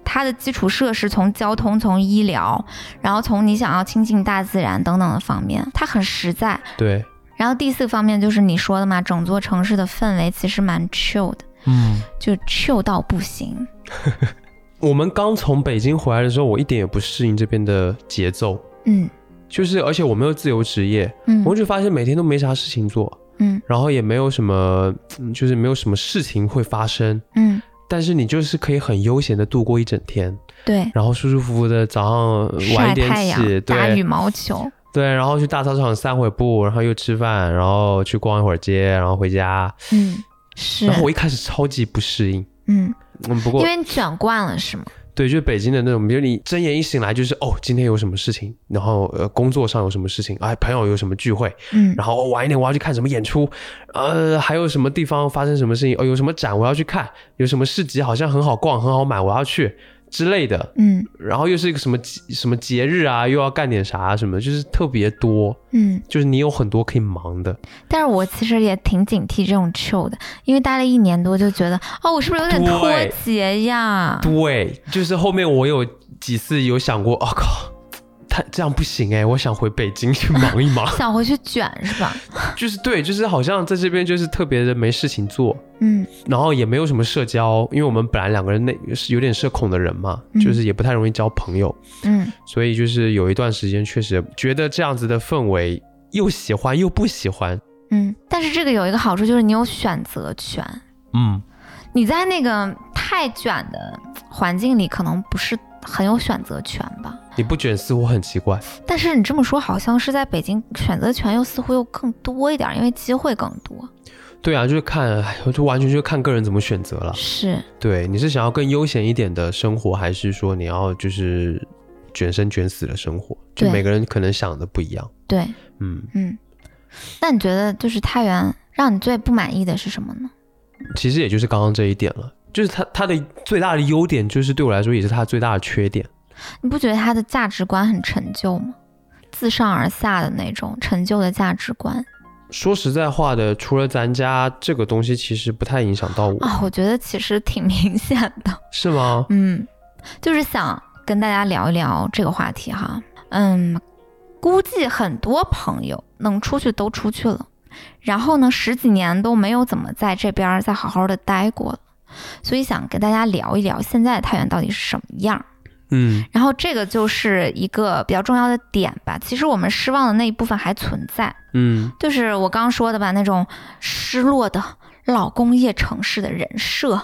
S3: 它的基础设施从交通、从医疗，然后从你想要亲近大自然等等的方面，它很实在。
S2: 对，
S3: 然后第四个方面就是你说的嘛，整座城市的氛围其实蛮 chill 的，
S2: 嗯，
S3: 就 chill 到不行。
S2: 我们刚从北京回来的时候，我一点也不适应这边的节奏，
S3: 嗯
S2: 就是而且我没有自由职业，
S3: 嗯
S2: 我就发现每天都没啥事情做，
S3: 嗯
S2: 然后也没有什么，嗯就是没有什么事情会发生，
S3: 嗯，
S2: 但是你就是可以很悠闲的度过一整天，
S3: 对，
S2: 然后舒舒服服的早上呃晚
S3: 晒
S2: 一点
S3: 太
S2: 起，
S3: 阳，打羽
S2: 对
S3: 毛球，
S2: 对，然后去大操场散会步，然后又吃饭，然后去逛一会儿街，然后回家。
S3: 嗯，是
S2: 然，后我一开始超级不适应，
S3: 嗯，
S2: 嗯，不
S3: 因
S2: 过
S3: 为你卷惯了是吗？
S2: 对，就是北京的那种，比如你睁眼一醒来就是哦，今天有什么事情，然后呃工作上有什么事情，哎，朋友有什么聚会，
S3: 嗯
S2: 然后哦晚一点我要去看什么演出，呃，还有什么地方发生什么事情，哦，有什么展我要去看，有什么市集好像很好逛，很好买，我要去之类的。
S3: 嗯
S2: 然后又是一个什么节什么节日啊，又要干点啥、什么的，就是特别多，
S3: 嗯，
S2: 就是你有很多可以忙的，
S3: 但是我其实也挺警惕这种 chill 的，因为待了一年多就觉得，哦，我是不是有点脱
S2: 对
S3: 节呀？
S2: 对，就是后面我有几次有想过，哦靠，他这样不行哎、我想回北京去忙一忙， [laughs]
S3: 想回去卷是 [laughs] 吧？
S2: 就是对，就是好像在这边就是特别的没事情做，
S3: 嗯
S2: 然后也没有什么社交，因为我们本来两个人内是有点社恐的人嘛，
S3: 嗯
S2: 就是也不太容易交朋友，
S3: 嗯
S2: 所以就是有一段时间确实觉得这样子的氛围又喜欢又不喜欢，
S3: 嗯，但是这个有一个好处就是你有选择权，
S2: 嗯，
S3: 你在那个太卷的环境里，可能不是很有选择权吧。
S2: 你不卷似乎很奇怪，
S3: 但是你这么说，好像是在北京选择权又似乎又更多一点，因为机会更多。
S2: 对啊，就是看，哎就完全就看个人怎么选择了。
S3: 是，
S2: 对，你是想要更悠闲一点的生活，还是说你要就是卷生卷死的生活？就
S3: 对
S2: 每个人可能想的不一样，
S3: 对，
S2: 嗯。
S3: 嗯。那你觉得就是太原让你最不满意的是什么呢？
S2: 其实也就是刚刚这一点了，就是它它的最大的优点，就是对我来说也是它最大的缺点。
S3: 你不觉得他的价值观很陈旧吗？自上而下的那种陈旧的价值观
S2: 说实在话的，除了咱家这个东西，其实不太影响到我，
S3: 啊、我觉得其实挺明显的。
S2: 是吗？
S3: 嗯，就是想跟大家聊一聊这个话题哈。嗯，估计很多朋友能出去都出去了，然后呢，十几年都没有怎么在这边儿再好好的待过了，所以想跟大家聊一聊现在的太原到底是什么样儿。
S2: 嗯
S3: 然后这个就是一个比较重要的点吧。其实我们失望的那一部分还存在，
S2: 嗯，
S3: 就是我刚说的吧，那种失落的老工业城市的人设，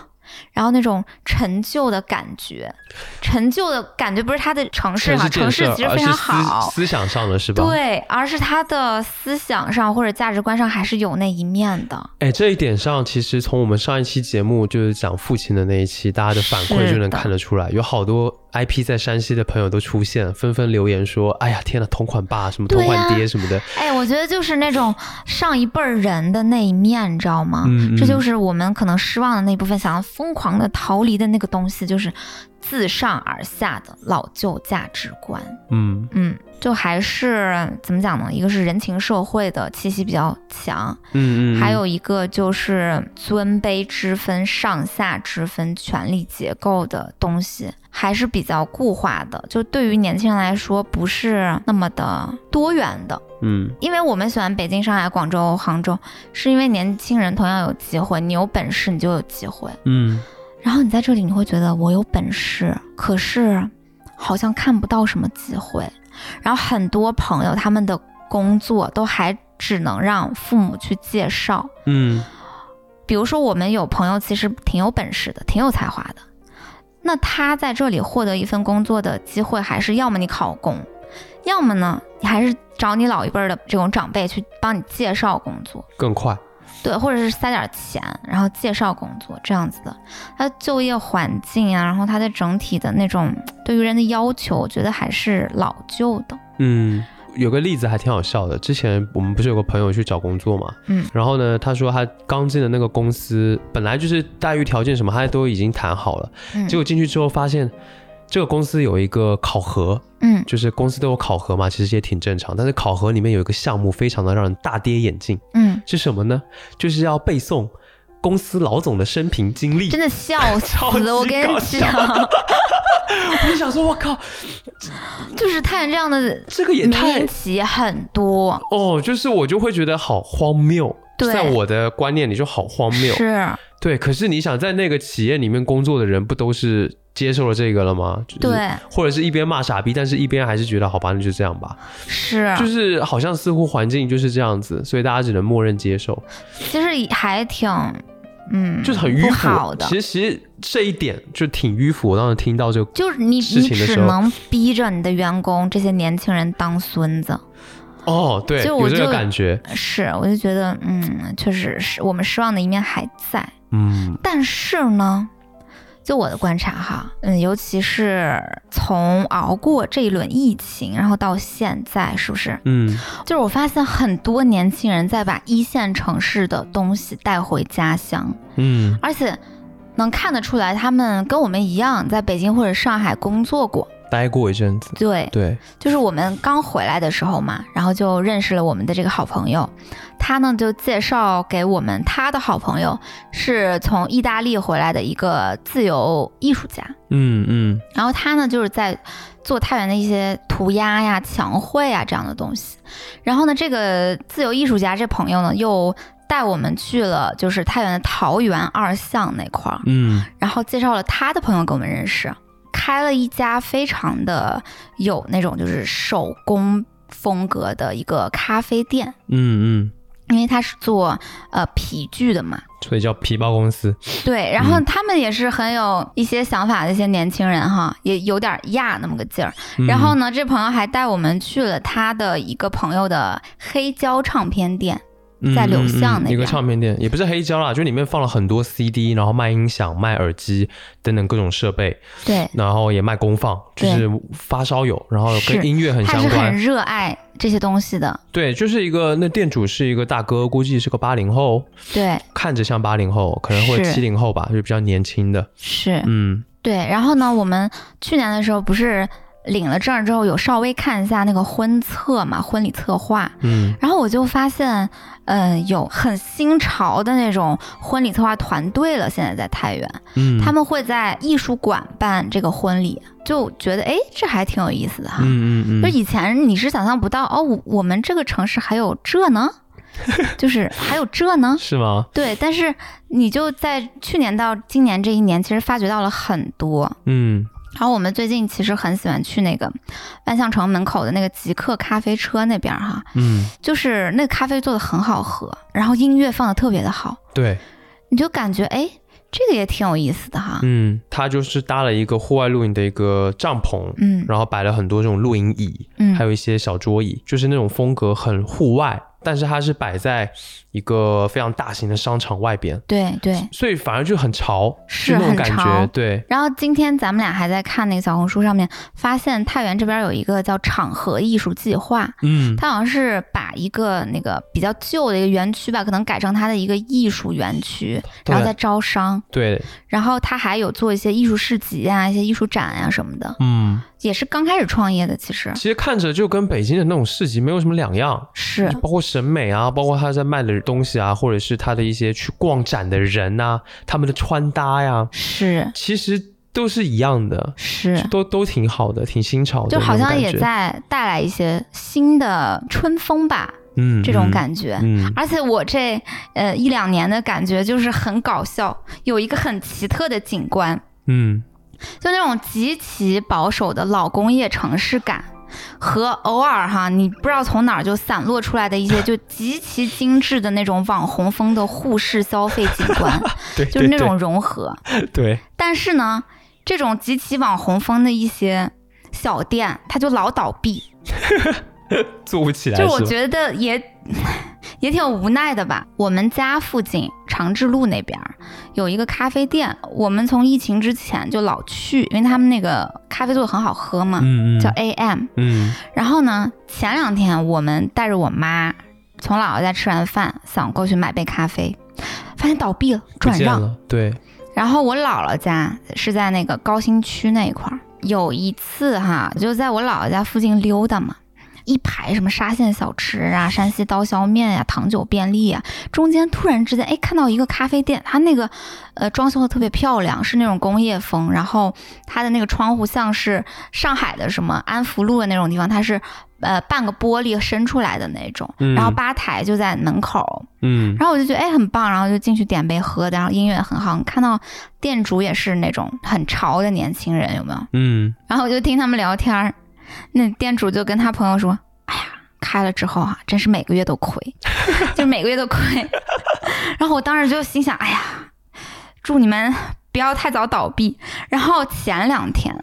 S3: 然后那种陈旧的感觉，陈旧的感觉不是它的城市
S2: 城
S3: 哈，
S2: 市建
S3: 城市
S2: 设
S3: 其实
S2: 而
S3: 非
S2: 是
S3: 常
S2: 思
S3: 好，
S2: 思想上的是吧？。
S3: 对，而是它的思想上或者价值观上还是有那一面的。
S2: 哎，这一点上，其实从我们上一期节目就是讲父亲的那一期，大家的反馈
S3: 是
S2: 就能
S3: 的
S2: 看得出来，有好多 IP 在山西的朋友都出现，纷纷留言说：“哎呀，天呐，同款爸什么同
S3: 对呀
S2: 款爹什么的。
S3: 哎，我觉得就是那种上一辈儿人的那一面，你知道吗？
S2: 嗯
S3: 这就
S2: 嗯
S3: 是我们可能失望的那一部分，想要疯狂的逃离的那个东西，就是自上而下的老旧价值观。
S2: 嗯
S3: 嗯，就还是怎么讲呢？一个是人情社会的气息比较强，
S2: 嗯嗯，
S3: 还有一个就是尊卑之分、上下之分、权力结构的东西还是比较固化的，就对于年轻人来说不是那么的多元的。
S2: 嗯
S3: 因为我们喜欢北京、上海、广州、杭州，是因为年轻人同样有机会，你有本事你就有机会。
S2: 嗯
S3: 然后你在这里，你会觉得我有本事，可是好像看不到什么机会。然后很多朋友他们的工作都还只能让父母去介绍。
S2: 嗯
S3: 比如说，我们有朋友其实挺有本事的，挺有才华的，那他在这里获得一份工作的机会，还是要么你考公，要么呢你还是找你老一辈儿的这种长辈去帮你介绍工作。
S2: 更快。
S3: 对，或者是塞点钱，然后介绍工作这样子的。它的就业环境啊，然后它的整体的那种对于人的要求，我觉得还是老旧的。
S2: 嗯，有个例子还挺好笑的。之前我们不是有个朋友去找工作嘛，
S3: 嗯，
S2: 然后呢，他说他刚进的那个公司，本来就是待遇条件什么，他都已经谈好了，
S3: 嗯，
S2: 结果进去之后发现。这个公司有一个考核，
S3: 嗯
S2: 就是公司都有考核嘛，其实也挺正常。但是考核里面有一个项目非常的让人大跌眼镜，
S3: 嗯，
S2: 是什么呢？就是要背诵公司老总的生平经历。
S3: 真的
S2: [laughs]
S3: 笑
S2: 超
S3: 死了！我
S2: 级
S3: 跟你
S2: 搞
S3: 讲，
S2: 我就想说，我靠，
S3: [laughs] 就是太原这样的
S2: 这个也
S3: 名
S2: 太
S3: 人企业很多，
S2: 哦，就是我就会觉得好荒谬，
S3: 对
S2: 在我的观念里就好荒谬。
S3: 是
S2: 对，可是你想在那个企业里面工作的人，不都是接受了这个了吗？就是
S3: 对，
S2: 或者是一边骂傻逼，但是一边还是觉得好吧，那就这样吧，
S3: 是，
S2: 就是好像似乎环境就是这样子，所以大家只能默认接受，
S3: 其实还挺，嗯，
S2: 就是很迂
S3: 不
S2: 腐。
S3: 好的。
S2: 其实其实这一点就挺迂腐。我当时听到这个，
S3: 就是你，
S2: 事
S3: 你
S2: 情的
S3: 只
S2: 时候
S3: 能逼着你的员工这些年轻人当孙子。
S2: 哦，对，
S3: 就
S2: 有
S3: 我
S2: 这个
S3: 就
S2: 感觉，
S3: 是，我就觉得，嗯，确实是我们失望的一面还在。
S2: 嗯
S3: 但是呢，就我的观察哈，嗯，尤其是从熬过这一轮疫情，然后到现在，是不是？
S2: 嗯，
S3: 就是我发现很多年轻人在把一线城市的东西带回家乡，
S2: 嗯，
S3: 而且能看得出来，他们跟我们一样，在北京或者上海工作过。
S2: 待过一阵子，
S3: 对，
S2: 对，
S3: 就是我们刚回来的时候嘛，然后就认识了我们的这个好朋友，他呢就介绍给我们他的好朋友是从意大利回来的一个自由艺术家，
S2: 嗯嗯
S3: 然后他呢就是在做太原的一些涂鸦呀、墙绘啊这样的东西，然后呢这个自由艺术家这朋友呢又。带我们去了，就是太原的桃园二巷那块儿，
S2: 嗯
S3: 然后介绍了他的朋友跟我们认识，开了一家非常的有那种就是手工风格的一个咖啡店，
S2: 嗯嗯，
S3: 因为他是做呃皮具的嘛，
S2: 所以叫皮包公司，
S3: 对，然后
S2: 嗯
S3: 他们也是很有一些想法的一些年轻人哈，也有点亚那么个劲儿。
S2: 嗯
S3: 然后呢，这朋友还带我们去了他的一个朋友的黑胶唱片店，在柳巷
S2: 嗯
S3: 那
S2: 一个
S3: 边
S2: 唱片店，也不是黑胶啦，就里面放了很多 CD，然后卖音响、卖耳机等等各种设备，
S3: 对，
S2: 然后也卖功放，就
S3: 对
S2: 是发烧友，然后跟
S3: 是
S2: 音乐很
S3: 他
S2: 相
S3: 是很
S2: 关。
S3: 热爱这些东西的，
S2: 对，就是一个那店主是一个大哥，估计是个八零后，
S3: 对，
S2: 看着像八零后，可能或者
S3: 是
S2: 七零后吧，就是比较年轻的。
S3: 是。
S2: 嗯
S3: 对，然后呢，我们去年的时候不是领了证儿之后，有稍微看一下那个婚册嘛，婚礼策划。
S2: 嗯
S3: 然后我就发现，呃，有很新潮的那种婚礼策划团队了。现在在太原，
S2: 嗯，
S3: 他们会在艺术馆办这个婚礼，就觉得哎，这还挺有意思的哈。
S2: 嗯嗯
S3: 就
S2: 嗯，
S3: 以前你是想象不到哦，我我们这个城市还有这呢， [laughs] 就是还有这呢，
S2: 是吗？
S3: 对，但是你就在去年到今年这一年，其实发掘到了很多。
S2: 嗯
S3: 然后我们最近其实很喜欢去那个万象城门口的那个极客咖啡车那边儿哈，
S2: 嗯，
S3: 就是那个咖啡做的很好喝，然后音乐放的特别的好，
S2: 对，
S3: 你就感觉哎，这个也挺有意思的哈。
S2: 嗯，他就是搭了一个户外露营的一个帐篷，
S3: 嗯
S2: 然后摆了很多这种露营椅，还
S3: 嗯，
S2: 有一些小桌椅，就是那种风格很户外，但是它是摆在一个非常大型的商场外边，
S3: 对对，
S2: 所以反而就很潮，就
S3: 是
S2: 那种
S3: 很
S2: 感觉，
S3: 潮
S2: 对，
S3: 然后今天咱们俩还在看那个小红书上面，发现太原这边有一个叫场合艺术计划，
S2: 嗯
S3: 它好像是把一个那个比较旧的一个园区吧，可能改成它的一个艺术园区，
S2: 对
S3: 然后再招商，
S2: 对，
S3: 然后它还有做一些艺术市集啊、一些艺术展啊什么的，
S2: 嗯，
S3: 也是刚开始创业的，其实
S2: 其实看着就跟北京的那种市集没有什么两样。
S3: 是
S2: 包括审美啊，包括他在卖的东西啊，或者是他的一些去逛展的人呐、他们的穿搭呀、
S3: 是
S2: 其实都是一样的，
S3: 是，
S2: 都都挺好的，挺新潮的
S3: 就
S2: 那种
S3: 好
S2: 感觉，
S3: 像也在带来一些新的春风吧，
S2: 嗯
S3: 这种感觉。
S2: 嗯，嗯
S3: 而且我这呃一两年的感觉就是很搞笑，有一个很奇特的景观，
S2: 嗯
S3: 就那种极其保守的老工业城市感，和偶尔哈，你不知道从哪儿就散落出来的一些就极其精致的那种网红风的沪市消费景
S2: [laughs]
S3: 观，
S2: 对，
S3: 就是那
S2: 对
S3: 种融合。
S2: 对对
S3: 但是呢，这种极其网红风的一些小店，它就老倒闭，
S2: 做不起来，
S3: 就是我
S2: 吧
S3: 觉得也 [laughs] 也挺无奈的吧。我们家附近长治路那边儿有一个咖啡店，我们从疫情之前就老去，因为他们那个咖啡做的很好喝嘛，
S2: 嗯嗯
S3: 叫 AM。
S2: 嗯
S3: 然后呢，前两天我们带着我妈从姥姥家吃完饭，想过去买杯咖啡，发现倒闭了，
S2: 不
S3: 转
S2: 见
S3: 让。
S2: 了，对，
S3: 然后我姥姥家是在那个高新区那一块儿。有一次哈，就在我姥姥家附近溜达嘛，一排什么沙县小吃啊、山西刀削面呀、糖酒便利啊，中间突然之间哎看到一个咖啡店，它那个呃装修的特别漂亮，是那种工业风，然后它的那个窗户像是上海的什么安福路的那种地方，它是呃半个玻璃伸出来的那种，
S2: 嗯
S3: 然后吧台就在门口，
S2: 嗯，
S3: 然后我就觉得哎很棒，然后就进去点杯喝的，然后音乐很好，看到店主也是那种很潮的年轻人，有没有？
S2: 嗯，
S3: 然后我就听他们聊天儿，那店主就跟他朋友说：“哎呀，开了之后啊，真是每个月都亏， [laughs] 就每个月都亏。”然后我当时就心想：“哎呀，祝你们不要太早倒闭。”然后前两天。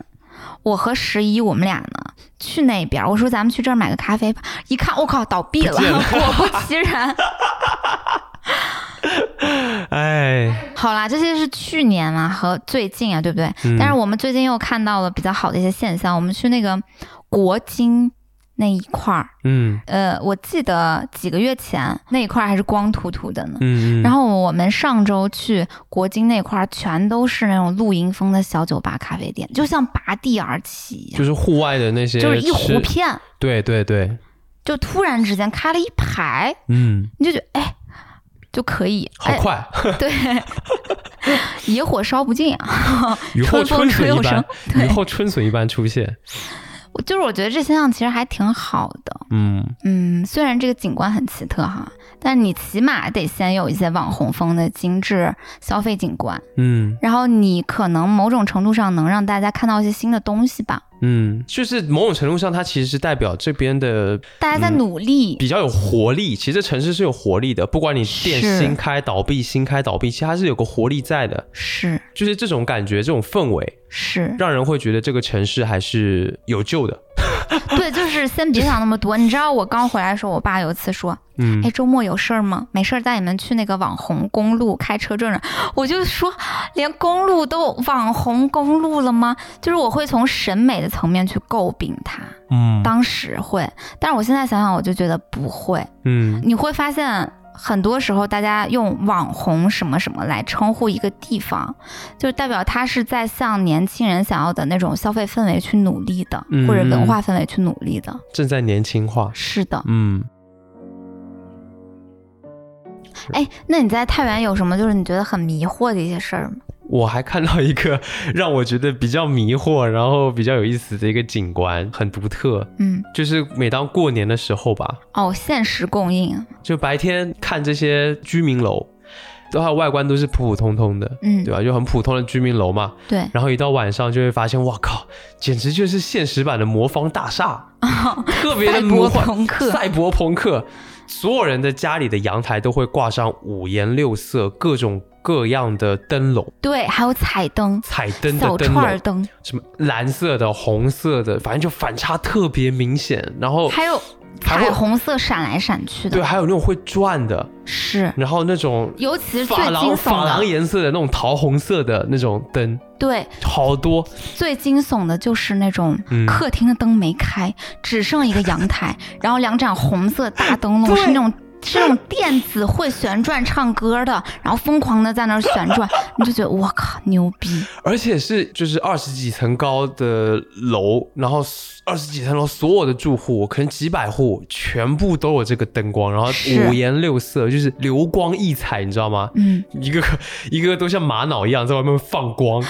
S3: 我和十一，我们俩呢去那边儿，我说咱们去这儿买个咖啡吧。一看，我靠，倒闭了！
S2: 不见了
S3: [laughs] 果不其然，
S2: 哎，
S3: 好啦，这些是去年嘛和最近啊，对不对？
S2: 嗯
S3: 但是我们最近又看到了比较好的一些现象，我们去那个国金那一块儿，
S2: 嗯
S3: 呃，我记得几个月前那一块儿还是光秃秃的呢。
S2: 嗯，
S3: 然
S2: 后
S3: 后我们上周去国金那块儿，全都是那种露营风的小酒吧、咖啡店，就像拔地而起一样，
S2: 就是户外的那些，
S3: 就是一弧，片，
S2: 对对对，
S3: 就突然之间开了一排，
S2: 嗯，
S3: 你就觉得哎，就可以，
S2: 好快，
S3: 哎，对， [laughs] 野火烧不尽啊。
S2: 雨后
S3: 春风
S2: 春
S3: 吹
S2: 笋
S3: 又
S2: 一般，
S3: 对
S2: 雨后春笋一般出现，
S3: 我就是我觉得这现象其实还挺好的，
S2: 嗯，
S3: 嗯，虽然这个景观很奇特哈，但你起码得先有一些网红风的精致消费景观，
S2: 嗯
S3: 然后你可能某种程度上能让大家看到一些新的东西吧，
S2: 嗯，就是某种程度上，它其实是代表这边的
S3: 大家在
S2: 嗯
S3: 努力，
S2: 比较有活力。其实这城市是有活力的，不管你店
S3: 是
S2: 新开倒闭、新开倒闭，其实它是有个活力在的。
S3: 是
S2: 就是这种感觉，这种氛围，
S3: 是，
S2: 让人会觉得这个城市还是有救的。
S3: 对，就是先别想那么多。你知道我刚回来的时候，我爸有一次说，
S2: 嗯
S3: 哎，周末有事儿吗？没事儿，带你们去那个网红公路开车转转。我就说，连公路都网红公路了吗？就是我会从审美的层面去诟病它，
S2: 嗯
S3: 当时会，但是我现在想想，我就觉得不会。
S2: 嗯
S3: 你会发现，很多时候大家用网红什么什么来称呼一个地方，就代表它是在向年轻人想要的那种消费氛围去努力的，
S2: 嗯
S3: 或者文化氛围去努力的。
S2: 正在年轻化。
S3: 是的，
S2: 嗯，
S3: 哎，那你在太原有什么就是你觉得很迷惑的一些事儿吗？
S2: 我还看到一个让我觉得比较迷惑，然后比较有意思的一个景观，很独特。
S3: 嗯，
S2: 就是每当过年的时候吧，
S3: 哦，限时供应，
S2: 就白天看这些居民楼，都它的外观都是普普通通的，
S3: 嗯
S2: 对，吧？就很普通的居民楼嘛。
S3: 对，
S2: 然后一到晚上就会发现，哇靠，简直就是现实版的魔方大厦，特别的
S3: 赛博
S2: 魔幻。
S3: 朋克，
S2: [laughs] 赛博朋克，所有人的家里的阳台都会挂上五颜六色、各种各样的灯笼，
S3: 对，还有彩灯、
S2: 彩灯的
S3: 小
S2: 灯
S3: 串儿
S2: 笼，
S3: 灯，
S2: 什么蓝色的、红色的，反正就反差特别明显。然后
S3: 还有
S2: 哦还会
S3: 彩虹色闪来闪去
S2: 对，啊
S3: 的，
S2: 还有那种会转的，
S3: 是，
S2: 然后那种
S3: 尤其是最
S2: 珐琅
S3: 惊
S2: 珐琅
S3: 悚的，
S2: 颜色的那种桃红色的那种灯，
S3: 对，
S2: 好多。
S3: 最惊悚的就是那种
S2: 嗯
S3: 客厅的灯没开，只剩一个
S2: [laughs]
S3: 阳台，然后两盏红色大灯笼是那种。是那种电子会旋转唱歌的，然后疯狂的在那儿旋转，你就觉得我靠牛
S2: [laughs]
S3: 逼！
S2: 而且是就是二十几层高的楼，然后二十几层楼所有的住户，可能几百户，全部都有这个灯光，然后
S3: 是
S2: 五颜六色，就是流光溢彩，你知道吗？
S3: 嗯，
S2: 一个一个都像玛瑙一样在外面放
S3: [laughs]
S2: 光。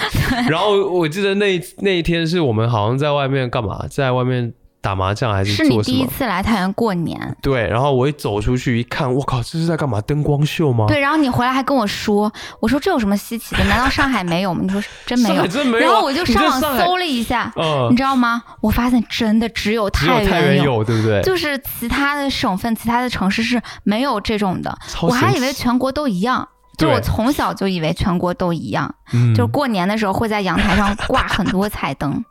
S2: 然后我记得那那一天是我们好像在外面干嘛，在外面打麻将还
S3: 是你
S2: 做什
S3: 第一
S2: 么？
S3: 次来太原过年，
S2: 对，然后我一走出去一看，我靠，这是在干嘛？灯光秀吗？
S3: 对，然后你回来还跟我说，我说这有什么稀奇的？难道上海没有吗？你说是真没
S2: 上海
S3: 有。
S2: 真没有啊。
S3: 然后我就
S2: 你在
S3: 上网
S2: 上海
S3: 搜，了一下，
S2: 嗯
S3: 你，知道吗？我发现真的只有
S2: 只有太
S3: 原
S2: 原有，对不对？
S3: 就是其他的省份、其他的城市是没有这种的。
S2: 超
S3: 我还
S2: 神
S3: 以为
S2: 奇
S3: 全国都一样，就
S2: 对
S3: 我从小就以为全国都一样，
S2: 嗯
S3: 就是过年的时候会在阳台上挂很多彩
S2: [laughs]
S3: 灯。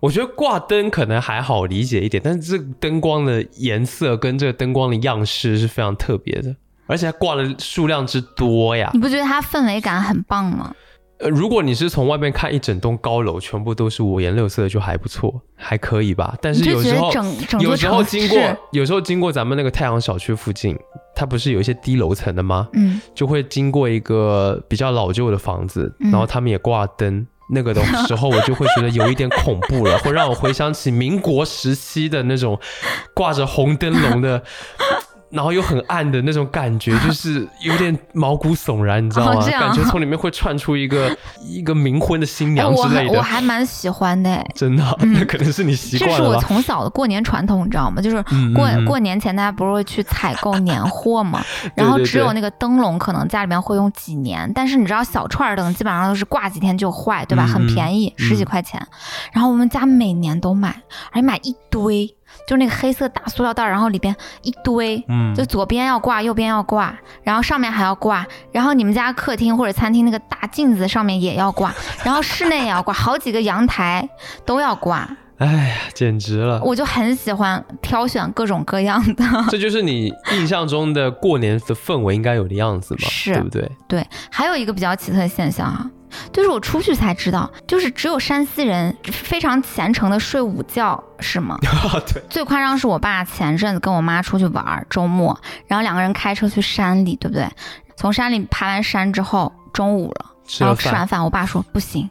S2: 我觉得挂灯可能还好理解一点，但是这个灯光的颜色跟这个灯光的样式是非常特别的，而且它挂的数量之多呀
S3: 你。不觉得它氛围感很棒吗？
S2: 呃，如果你是从外面看一整栋高楼，全部都是五颜六色的，就还不错，还可以吧。但
S3: 你
S2: 是有
S3: 就觉
S2: 时
S3: 得
S2: 候，
S3: 整整
S2: 有
S3: 座
S2: 时候
S3: 城
S2: 经过
S3: 市，，
S2: 有时候经过咱们那个太阳小区附近，它不是有一些低楼层的吗？
S3: 嗯，
S2: 就会经过一个比较老旧的房子，
S3: 嗯
S2: 然后他们也挂灯。那个的时候，我就会觉得有一点恐怖了， [laughs] 会让我回想起民国时期的那种挂着红灯笼的 [laughs] 然后又很暗的那种感觉，就是有点毛骨悚然，你知道吗？
S3: 哦这样
S2: 感觉从里面会窜出一个 [laughs] 一个冥婚的新
S3: 哎
S2: 娘
S3: 我
S2: 之类
S3: 还我
S2: 的，
S3: 还蛮喜欢的，哎
S2: 真的啊、
S3: 嗯
S2: [laughs] 那可能是你习
S3: 这
S2: 惯
S3: 是
S2: 了
S3: 我
S2: 吧？
S3: 从小的过年传统，你知道吗？就是
S2: 嗯
S3: 过
S2: 嗯嗯
S3: 过年前大家不是会去采购年
S2: [laughs]
S3: 货嘛，然后
S2: 对对
S3: 只有
S2: 对
S3: 那个灯笼可能家里面会用几年，但是你知道小串儿灯基本上都是挂几天就坏，对吧？
S2: 嗯
S3: 很便宜，
S2: 嗯
S3: 十几块钱。然后我们家每年都买，而且买一堆，就是那个黑色大塑料袋儿，然后里边一堆。
S2: 嗯
S3: 就左边要挂，右边要挂，然后上面还要挂，然后你们家客厅或者餐厅那个大镜子上面也要挂，然后室内也要挂，好几个阳台都要挂。
S2: 哎呀，简直了！
S3: 我就很喜欢挑选各种各样的。 [laughs]
S2: 这就是你印象中的过年的氛围应该有的样子嘛，
S3: 是
S2: 对不 [laughs] 对？
S3: 对，还有一个比较奇特的现象啊，就是我出去才知道，就是只有山西人非常虔诚的睡午觉，
S2: [laughs]
S3: 是吗？
S2: 啊对，
S3: 最夸张是我爸前阵子跟我妈出去玩儿，周末，然后两个人开车去山里，对不对？从山里爬完山之后，中午了，
S2: 吃
S3: 然
S2: 了
S3: 后吃
S2: 饭
S3: 完饭，我爸说不行，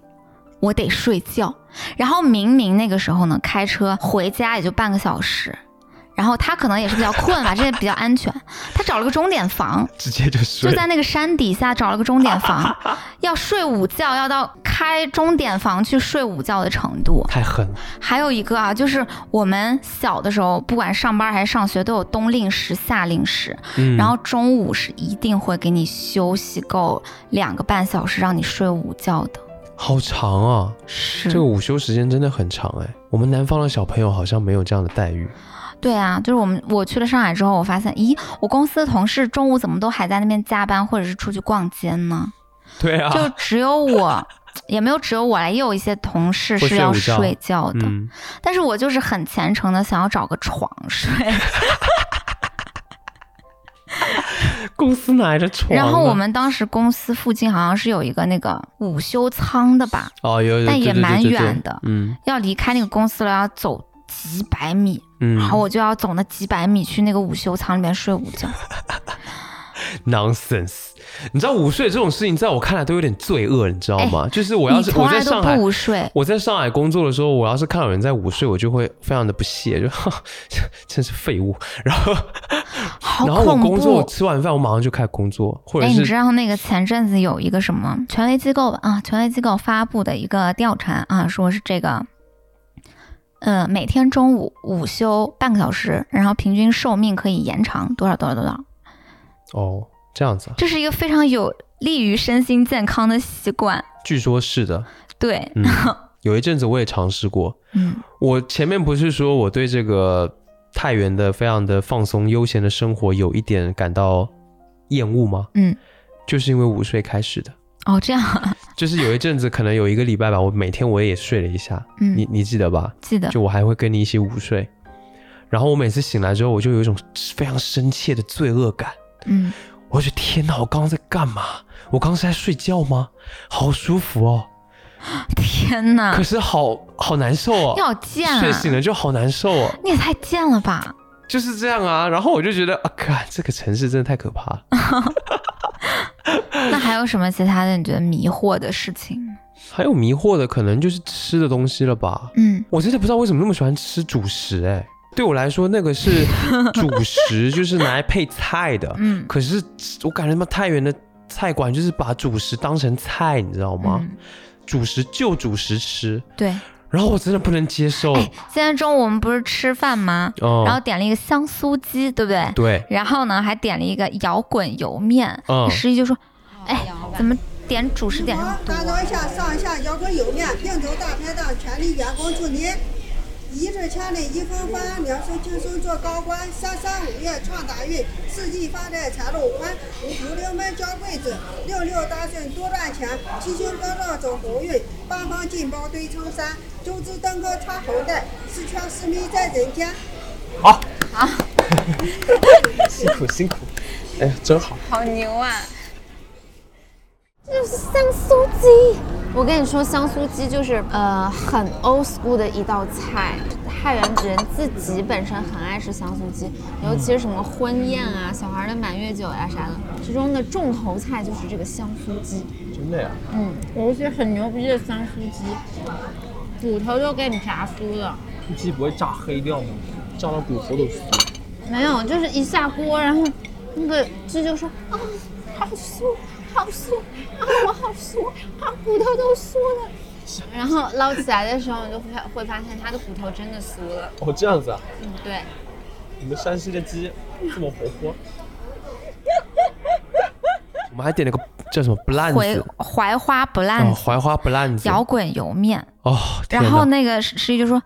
S3: 我得睡觉。然后明明那个时候呢，开车回家也就半个小时，然后他可能也是比较困吧，这也比较安全，他找了个钟点房，
S2: 直接就睡
S3: 就
S2: 了，
S3: 在那个山底下找了个钟点
S2: [laughs]
S3: 房，要睡午觉，要到开钟点房去睡午觉的程度。
S2: 太狠了。
S3: 还有一个啊，就是我们小的时候，不管上班还是上学，都有冬令时、夏令时，
S2: 嗯，
S3: 然后中午是一定会给你休息够两个半小时，让你睡午觉的。
S2: 好长啊，
S3: 是
S2: 这个午休时间真的很长哎。我们南方的小朋友好像没有这样的待遇。
S3: 对啊，就是我们我去了上海之后，我发现，咦，我公司的同事中午怎么都还在那边加班，或者是出去逛街呢？
S2: 对啊，
S3: 就只有我，也没有只有我啦，也有一些同事
S2: 会
S3: 是
S2: 睡
S3: 要
S2: 午觉
S3: 睡觉的，
S2: 嗯，
S3: 但是我就是很虔诚的想要找个床睡，
S2: [laughs] 公司哪来的床啊？
S3: 然后我们当时公司附近好像是有一个那个午休舱的吧，
S2: 哦有有，
S3: 但
S2: 对
S3: 也
S2: 对对
S3: 蛮
S2: 对对
S3: 远的
S2: 嗯
S3: 要离开那个公司了，要走几百米，
S2: 嗯，
S3: 然后我就要走那几百米去那个午休舱里面睡午觉。
S2: nonsense。你知道午睡这种事情，在我看来都有点罪恶，你知道吗？就是我要
S3: 哎你
S2: 是
S3: 从
S2: 我在
S3: 来
S2: 上
S3: 都
S2: 海
S3: 不。午睡，
S2: 我在上海工作的时候，我要是看到有人在午睡，我就会非常的不屑，就 [laughs] 真是废物。然后，
S3: 好
S2: 然后我
S3: 恐
S2: 工作，我
S3: 怖！
S2: 吃完饭我马上就开始工作，或者
S3: 哎，
S2: 是
S3: 你知道那个前阵子有一个什么权威机构吧啊，权威机构发布的一个调查啊，说是这个，呃，每天中午午休半个小时，然后平均寿命可以延长多少多少多少，
S2: 哦这样子啊，
S3: 这是一个非常有利于身心健康的习惯。
S2: 据说是的，
S3: 对，
S2: 嗯，有一阵子我也尝试过。
S3: 嗯
S2: 我前面不是说我对这个太原的非常的放松悠闲的生活有一点感到厌恶吗？
S3: 嗯，
S2: 就是因为午睡开始的，
S3: 哦，这样啊，
S2: 就是有一阵子可能有一个礼拜吧，我每天我也睡了一下，你
S3: 嗯，
S2: 你记得吧？
S3: 记得，
S2: 就我还会跟你一起午睡，然后我每次醒来之后，我就有一种非常深切的罪恶感。
S3: 嗯，
S2: 我就觉得天哪，我刚刚在干嘛？我刚刚是在睡觉吗？好舒服哦，
S3: 天哪
S2: 可，是好好难受哦
S3: 你，好贱啊
S2: 睡！醒了就好难受哦。
S3: 你也太贱了吧！
S2: 就是这样啊。然后我就觉得啊，看这个城市真的太可怕了。
S3: 那还有什么其他的你觉得迷惑的事情？
S2: 还有迷惑的，可能就是吃的东西了吧。
S3: 嗯，
S2: 我真的不知道为什么那么喜欢吃主食、哎，对我来说那个
S3: [laughs]
S2: 是主食，就是拿来配菜的。
S3: 嗯
S2: 可是我感觉他妈太原的菜馆就是把主食当成菜，你知道吗？
S3: 嗯，
S2: 主食就主食吃，
S3: 对。
S2: 然后我真的不能接受。
S3: 哎，今天中午我们不是吃饭吗？
S2: 哦，
S3: 然后点了一个香酥鸡，对不对？
S2: 对，
S3: 然后呢，还点了一个摇滚油面。
S2: 嗯
S3: 十一就说：“哎，怎么点主食点这么多
S1: 干刀下上下摇滚油面，并头大排档，全力员工助您。一日千里一风帆，两手轻松做高官，三山五岳创大运，四季发展财路宽，五福临门交贵子，六六大顺多赚钱，七星高照走鸿运，八方进宝堆成山，周之登高插头带，十全十美在人间。
S2: 好，辛苦辛苦，哎呀，真好。？”
S3: 好牛啊！
S4: 就是香酥鸡。我跟你说，香酥鸡就是呃很 old school 的一道菜。太原人自己本身很爱吃香酥鸡，尤其是什么婚宴啊、小孩的满月酒呀、啥的，其中的重头菜就是这个香酥鸡。
S2: 真的呀、
S4: 嗯，有一些很牛逼的香酥鸡，骨头都给你炸酥了。
S5: 鸡不会炸黑掉吗？炸到骨头都酥。
S4: 没有，就是一下锅，然后那个鸡就说啊，好酥，好酥啊，我好酥啊，骨头都酥了。然后捞起来的时候，你就会会发现它的骨头真的酥了。
S5: 哦，这样子啊，
S4: 嗯，对，
S5: 你们山西的鸡这么活泼，
S2: 我们还点了个叫什么不烂
S3: 槐
S2: 子，
S3: 槐花不烂
S2: 哦，
S3: 子，
S2: 槐花不烂子，
S3: 摇滚油面。
S2: 哦，天
S3: 然后
S2: 哪？
S3: 那个石石毅就说：“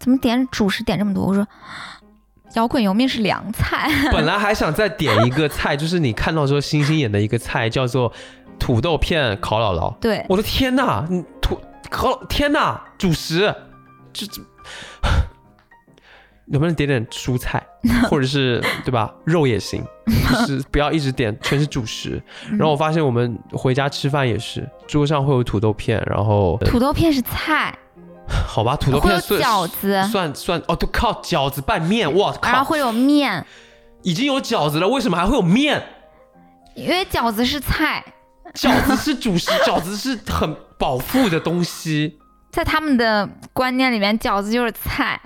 S3: 怎么点主食点这么多？”我说：“摇滚油面是凉菜。 [laughs]
S2: 本来还想再点一个菜， [laughs] 就是你看到之后星星演的一个菜，叫做土豆片烤姥姥”。
S3: 对，
S2: 我的天呐，你土烤天呐，主食， [sighs] 这这，能不能点点蔬
S3: [laughs]
S2: 菜，或者是对吧，肉也行，就是不要一直点全是主食。
S3: 嗯
S2: 然后我发现我们回家吃饭也是，桌上会有土豆片，然后
S3: 土豆片是菜，
S2: 好吧，土豆
S3: 会有
S2: 片算
S3: 饺子，
S2: 算算哦，都靠饺子拌面，哇
S3: 然后
S2: 靠，
S3: 会有面，
S2: 已经有饺子了，为什么还会有面？
S3: 因为饺子是菜，
S2: 饺子是主食，饺子是很饱腹的东西。
S3: 在他们的观念里面，饺子就是菜。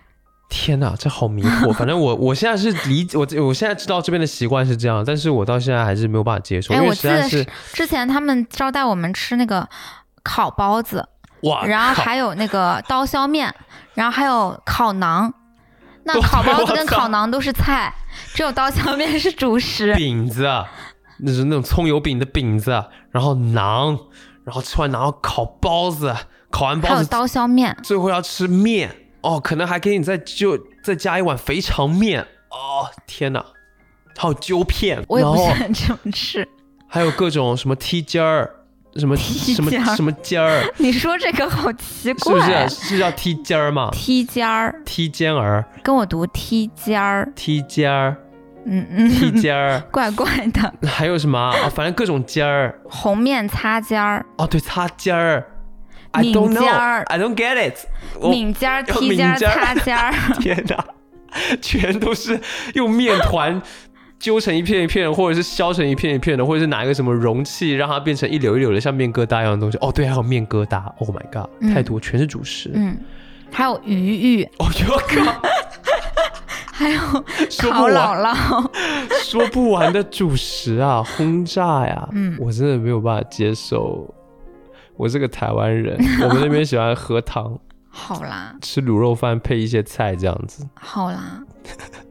S2: 天呐，这好迷惑！ [laughs] 反正我我现在是理解我我现在知道这边的习惯是这样，但是我到现在还是没有办法接受，
S3: 哎，
S2: 因
S3: 我
S2: 为
S3: 记
S2: 实在
S3: 得
S2: 是
S3: 是之前他们招待我们吃那个烤包子，
S2: 哇，
S3: 然后
S2: 靠
S3: 还有那个刀削面，然后还有烤馕。那
S2: 对
S3: 烤包
S2: [laughs]
S3: 子
S2: 我
S3: 跟
S2: 操
S3: 烤馕都是菜，只有刀削面是主食。
S2: 饼子，啊那是那种葱油饼的饼子，啊然后馕，然后吃完馕要烤包子，啊烤完
S3: 还
S2: 包
S3: 有
S2: 子
S3: 刀削面，
S2: 最后要吃面哦，可能还给你再就再加一碗肥肠面哦，天呐，还有揪片，
S3: 我也
S2: 然
S3: 不
S2: 后
S3: 是很这么吃。 [laughs]
S2: 还有各种什么踢筋儿，什么
S3: 踢
S2: 什么
S3: 筋儿
S2: 什么筋儿，
S3: 你说这个好奇
S2: 是不
S3: 怪，
S2: 是是叫踢筋儿吗？
S3: 踢尖儿，
S2: 踢尖儿，
S3: 跟我读踢尖儿，
S2: 踢尖儿，
S3: 嗯嗯，
S2: 踢尖儿， [laughs]
S3: 怪怪的。
S2: 还有什么啊？反正各种尖儿。
S3: 红面擦尖儿，
S2: 哦，对，擦尖儿。I
S3: 抿
S2: don't
S3: 尖儿
S2: know, I don't get it 我。
S3: 抿尖儿、踢尖
S2: 抿
S3: 儿、
S2: 哦尖儿
S3: 擦尖儿。 [laughs]
S2: 天哪，全都是用面团揪成一片一片，或者是削成一片一片的，或者是拿一个什么容器让它变成一绺一绺的像面疙瘩一样的东西。哦，对，还有面疙瘩。Oh my god，、
S3: 嗯
S2: 太多，全是主食。
S3: 嗯，还有鱼鱼，
S2: 哦哟，靠，
S3: 还有
S2: 说不
S3: 烤
S2: 完
S3: 姥姥。
S2: [laughs] 说不完的主食啊，轰炸呀、
S3: 嗯
S2: 我真的没有办法接受。我是个台湾
S3: [laughs]
S2: 人，我们那边喜欢喝汤，
S3: 好啦，
S2: 吃卤肉饭配一些菜这样子。
S3: 好啦，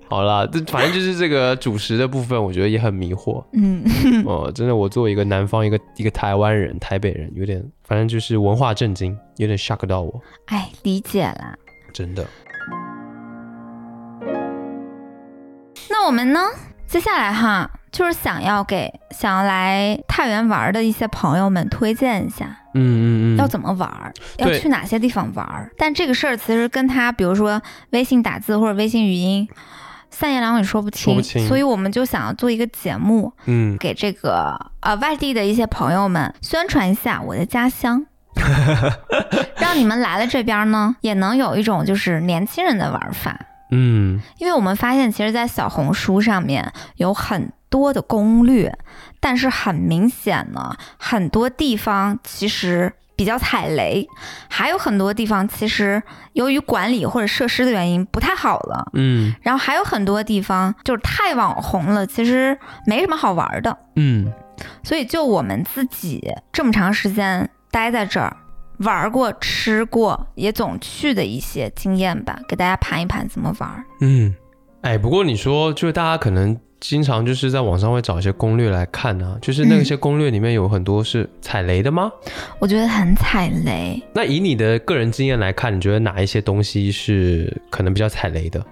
S2: 好啦，这反正就是这个主食的部分，我觉得也很迷惑。
S3: 嗯， [laughs]
S2: 哦，真的，我作为一个南方一个一个台湾人、台北人，有点，反正就是文化震惊，有点 shock 到我，
S3: 哎，理解啦。
S2: 真的。
S3: 那我们呢？接下来哈，就是想要给想要来太原玩的一些朋友们推荐一下，
S2: 嗯嗯嗯，
S3: 要怎么玩儿，要
S2: 对
S3: 去哪些地方玩儿。但这个事儿其实跟他，比如说微信打字或者微信语音，三言两语说不
S2: 说
S3: 清，
S2: 不清
S3: 所以我们就想要做一个节目，
S2: 嗯，
S3: 给这个呃外地的一些朋友们宣传一下我的家乡。让你们来了这边呢，也能有一种就是年轻人的玩法，
S2: 嗯
S3: 因为我们发现，其实，在小红书上面有很多的攻略，但是很明显呢，很多地方其实比较踩雷，还有很多地方其实由于管理或者设施的原因不太好了，
S2: 嗯
S3: 然后还有很多地方就是太网红了，其实没什么好玩的。
S2: 嗯
S3: 所以就我们自己这么长时间待在这儿，玩过、吃过，也总去的一些经验吧，给大家盘一盘怎么玩儿。
S2: 嗯，哎，不过你说，就是大家可能经常就是在网上会找一些攻略来看啊，就是那
S3: 嗯
S2: 些攻略里面有很多是踩雷的吗？
S3: 我觉得很踩雷。
S2: 那以你的个人经验来看，你觉得哪一些东西是可能比较踩雷的？ [laughs]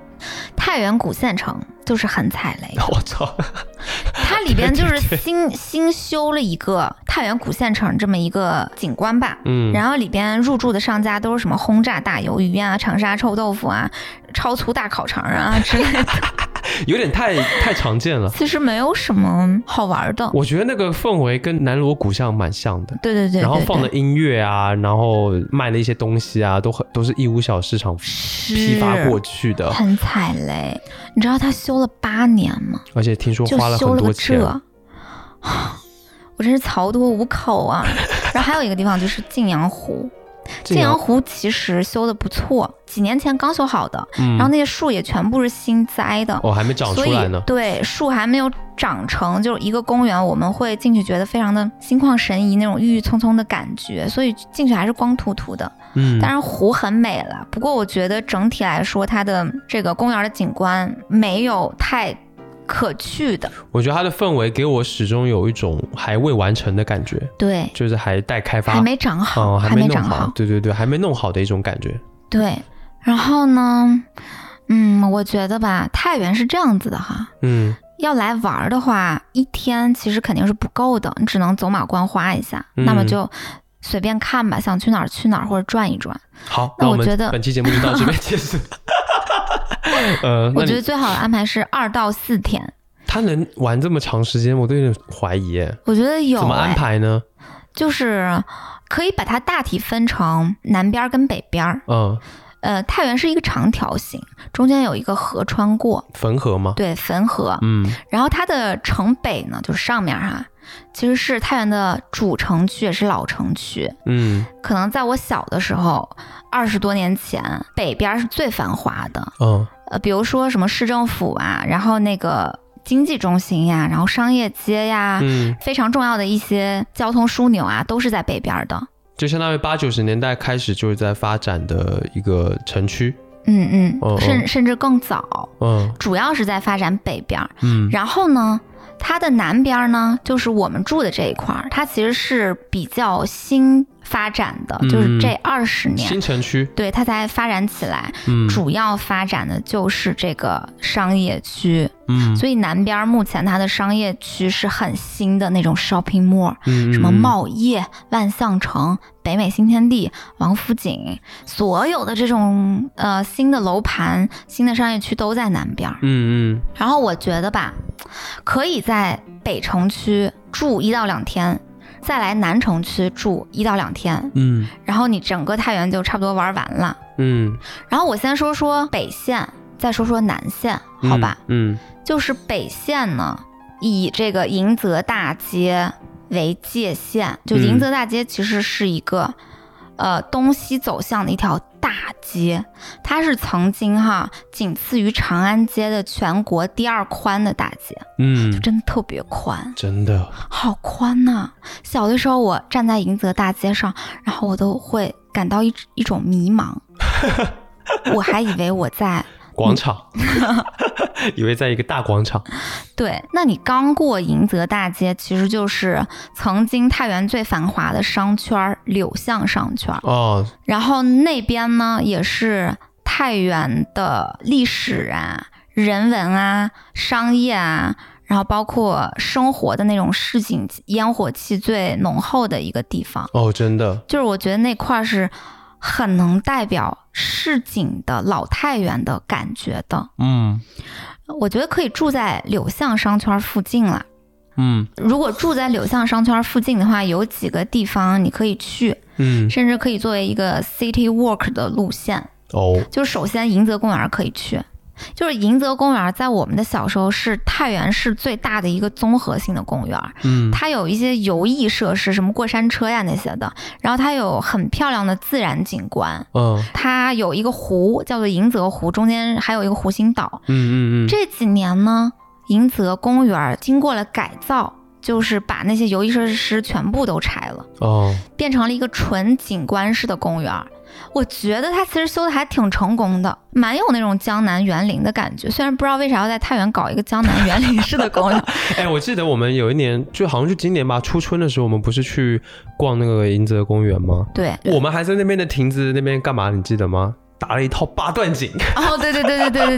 S3: 太原古县城就是很踩雷，
S2: 我
S3: [laughs]
S2: 操，
S3: 它里边就是新新修了一个太原古县城这么一个景观吧。
S2: 嗯，
S3: 然后里边入驻的商家都是什么轰炸大鱿鱼啊、长沙臭豆腐啊、超粗大烤肠啊之类的， [laughs]
S2: 有点太太常见了。
S3: 其实没有什么好玩的。
S2: 我觉得那个氛围跟南锣鼓巷蛮像的。
S3: 对对对对对，
S2: 然后放的音乐啊，然后卖的一些东西啊，都很都是义乌小市场批发过去的，
S3: 很踩雷。你知道他修了八年吗？
S2: 而且听说
S3: 就
S2: 花了
S3: 修
S2: 很
S3: 了
S2: 多
S3: 个
S2: 钱
S3: 这，。
S2: [laughs]
S3: 我真是槽多无口啊！然后还有一个地方就是晋阳湖，
S2: 晋
S3: 晋
S2: 阳
S3: 阳湖其实修的不错，几年前刚修好的，然后那些树也全部是新栽的。
S2: 嗯哦，还没长
S3: 所
S2: 出
S3: 以
S2: 来呢。
S3: 对，树还没有长成，就是一个公园，我们会进去觉得非常的心旷神怡，那种郁郁葱葱的感觉，所以进去还是光秃秃的。
S2: 嗯
S3: 当，然湖很美了，不过我觉得整体来说，它的这个公园的景观没有太可去的。
S2: 我觉得它的氛围给我始终有一种还未完成的感觉，
S3: 对，
S2: 就是还待开发，
S3: 还没长好，
S2: 哦，还
S3: 没
S2: 弄
S3: 长
S2: 好
S3: 好。。
S2: 对对对，还没弄好的一种感觉。
S3: 对，然后呢，嗯，我觉得吧，太原是这样子的哈。
S2: 嗯
S3: 要来玩儿的话，一天其实肯定是不够的，你只能走马观花一下。那么
S2: 嗯
S3: 就随便看吧，想去哪儿去哪儿，或者转一转。
S2: 好，
S3: 那
S2: 我
S3: 我
S2: 们
S3: 觉得
S2: 本期节目就到这边结
S3: [laughs]
S2: 束。 [laughs] 呃，那
S3: 我觉得
S2: 你
S3: 最好的安排是二到四天。
S2: 他能玩这么长时间，我都有点怀疑耶，
S3: 我觉得有、
S2: 怎么安
S3: 哎
S2: 排呢？
S3: 就是可以把它大体分成南边儿跟北边儿。
S2: 嗯，
S3: 呃，太原是一个长条形，中间有一个河穿过，
S2: 汾河吗？
S3: 对，汾河。
S2: 嗯
S3: 然后它的城北呢，就是上面儿哈、其实是太原的主城区，也是老城区。
S2: 嗯
S3: 可能在我小的时候，二十多年前，北边儿是最繁华的，
S2: 嗯
S3: 呃，比如说什么市政府啊，然后那个经济中心呀，然后商业街呀，
S2: 嗯，
S3: 非常重要的一些交通枢纽啊，都是在北边儿的。
S2: 就相当于八九十年代开始就是在发展的一个城区。
S3: 嗯
S2: 哦哦
S3: 嗯，甚甚至更早，
S2: 嗯
S3: 主要是在发展北边儿。
S2: 嗯
S3: 然后呢，它的南边儿呢，就是我们住的这一块儿，它其实是比较新发展的，
S2: 嗯
S3: 就是这二十年，
S2: 新城区。
S3: 对它才发展起来。
S2: 嗯
S3: 主要发展的就是这个商业区，
S2: 嗯
S3: 所以南边儿目前它的商业区是很新的那种 shopping mall，
S2: 嗯
S3: 什么
S2: 嗯
S3: 茂业、万象城、北美新天地、王府井，所有的这种呃新的楼盘、新的商业区都在南边儿。
S2: 嗯嗯
S3: 然后我觉得吧，可以在北城区住一到两天，再来南城区住一到两天，
S2: 嗯
S3: 然后你整个太原就差不多玩完了。
S2: 嗯，
S3: 然后我先说说北线，再说说南线，
S2: 嗯
S3: 好吧？？
S2: 嗯
S3: 就是北线呢，以这个迎泽大街为界限，就
S2: 嗯
S3: 迎泽大街其实是一个、呃东西走向的一条大街，它是曾经哈仅次于长安街的全国第二宽的大街，
S2: 嗯，
S3: 真的特别宽，
S2: 真的，
S3: 好宽呐、小的时候我站在迎泽大街上，然后我都会感到一一种迷茫， [laughs] 我还以为我在
S2: 广
S3: [laughs]
S2: 场，以为在一个大广场。
S3: 对，那你刚过迎泽大街，其实就是曾经太原最繁华的商圈儿柳巷商圈儿，
S2: 哦，
S3: 然后那边呢也是太原的历史啊、人文啊、商业啊，然后包括生活的那种市井烟火气最浓厚的一个地方。
S2: 哦，真的，
S3: 就是我觉得那块儿是很能代表市井的老太原的感觉的。
S2: 嗯
S3: 我觉得可以住在柳巷商圈附近了。
S2: 嗯
S3: 如果住在柳巷商圈附近的话，有几个地方你可以去，
S2: 嗯，
S3: 甚至可以作为一个 city walk 的路线。
S2: 哦，
S3: 就首先，迎泽公园可以去。就是迎泽公园，在我们的小时候是太原市最大的一个综合性的公园，
S2: 嗯
S3: 它有一些游艺设施，什么过山车呀那些的，然后它有很漂亮的自然景观，
S2: 嗯
S3: 它有一个湖叫做迎泽湖，中间还有一个湖心岛，
S2: 嗯嗯嗯，
S3: 这几年呢，迎泽公园经过了改造，就是把那些游艺设施全部都拆了，
S2: 哦，
S3: 变成了一个纯景观式的公园。我觉得它其实修的还挺成功的，蛮有那种江南园林的感觉。虽然不知道为啥要在太原搞一个江南园林式的公
S2: [laughs]
S3: 园，
S2: 哎，我记得我们有一年，就好像是今年吧，初春的时候，我们不是去逛那个迎泽公园吗？
S3: 对，
S2: 我们还在那边的亭子那边干嘛？你记得吗？打了一套八段锦，
S3: 哦，对对对对对对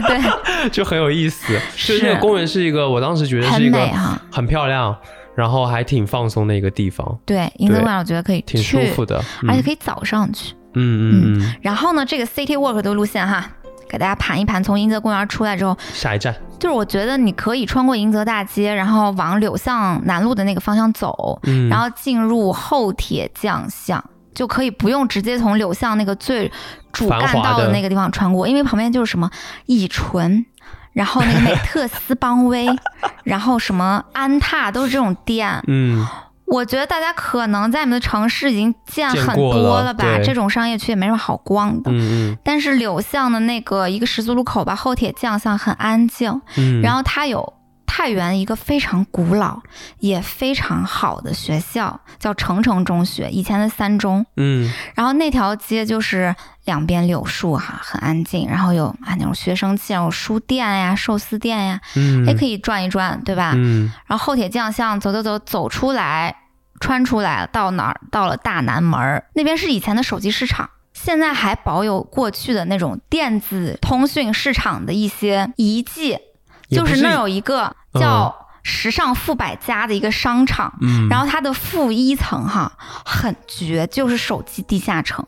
S2: [laughs]
S3: 对，
S2: 就很有意思。就是那个公园是一个，我当时觉得
S3: 很
S2: 是一个
S3: 美啊哈、
S2: 很漂亮，然后还挺放松的一个地方，
S3: 对，迎泽公园我觉得可以去，
S2: 挺舒服的，
S3: 而且
S2: 嗯
S3: 可以早上去。
S2: 嗯嗯嗯，
S3: 然后呢，这个 City Walk 的路线哈，给大家盘一盘，从迎泽公园出来之后，
S2: 下一站，
S3: 就是我觉得你可以穿过迎泽大街，然后往柳巷南路的那个方向走，
S2: 嗯，
S3: 然后进入后铁匠巷，就可以不用直接从柳巷那个最主干
S2: 繁华
S3: 道
S2: 的
S3: 的那个地方穿过，因为旁边就是什么乙醇。然后那
S2: [laughs]
S3: 个美特斯邦威，然后什么安踏都是这种店，
S2: 嗯
S3: 我觉得大家可能在你们的城市已经见
S2: 见
S3: 很
S2: 过
S3: 多
S2: 了
S3: 吧，
S2: 对
S3: 这种商业区也没什么好逛的。
S2: 嗯
S3: 但是柳巷的那个一个十字路口吧，后铁匠巷很安静，
S2: 嗯，
S3: 然
S2: 后
S3: 后它有太原一个非常古老也非常好的学校，叫城城中学，以前的三中。
S2: 嗯
S3: 然后那条街就是两边柳树哈、很安静，然后有啊那种学生气，然后有书店呀、寿司店呀，
S2: 嗯，
S3: 也哎可以转一转，对吧？
S2: 嗯
S3: 然后后铁匠巷走走走走出来，穿出来到哪儿？到了大南门儿那边是以前的手机市场，现在还保有过去的那种电子通讯市场的一些遗迹，
S2: 也
S3: 就
S2: 不
S3: 是
S2: 是
S3: 那儿有一个叫时尚富百家的一个商场。
S2: 嗯，
S3: 然
S2: 后
S3: 后它的负一层哈很绝，就是手机地
S2: [laughs]
S3: 下城。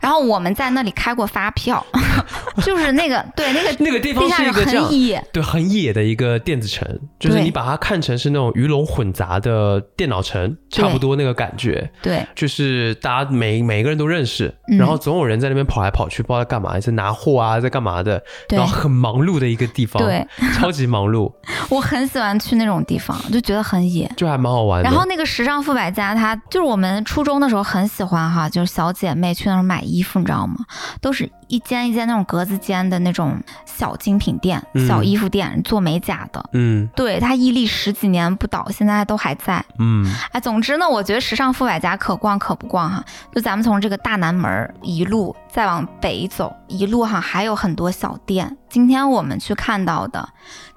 S3: 然后我们在那里开过发票， [laughs] 就是那个对那个
S2: 那个地方
S3: 地下
S2: 是一
S3: 城
S2: 个这样
S3: 很。野，
S2: 对，很野的一个电子城，就是
S3: 对
S2: 你把它看成是那种鱼龙混杂的电脑城，差不
S3: 对
S2: 多那个感觉。
S3: 对
S2: 就是大家每每个人都认识，
S3: 嗯
S2: 然后总有人在那边跑来跑去，不知道在干嘛，在拿货啊，在干嘛的，
S3: 对
S2: 然后很忙碌的一个地方，
S3: 对，
S2: 超级忙
S3: [laughs]
S2: 碌，
S3: 我很喜欢去那种地方，就觉得很野。
S2: 就还蛮好玩的。
S3: 然后那个时尚富百家，它就是我们初中的时候很喜欢哈，就是小姐妹去那儿买衣服，你知道吗？都是一间一间那种格子间的那种小精品店、
S2: 嗯
S3: 小衣服店，做美甲的。
S2: 嗯
S3: 对，它屹立十几年不倒，现在都还在。
S2: 嗯
S3: 哎，总之呢，我觉得时尚富百家可逛可不逛哈。就咱们从这个大南门儿一路再往北走，一路哈还有很多小店。今天我们去看到的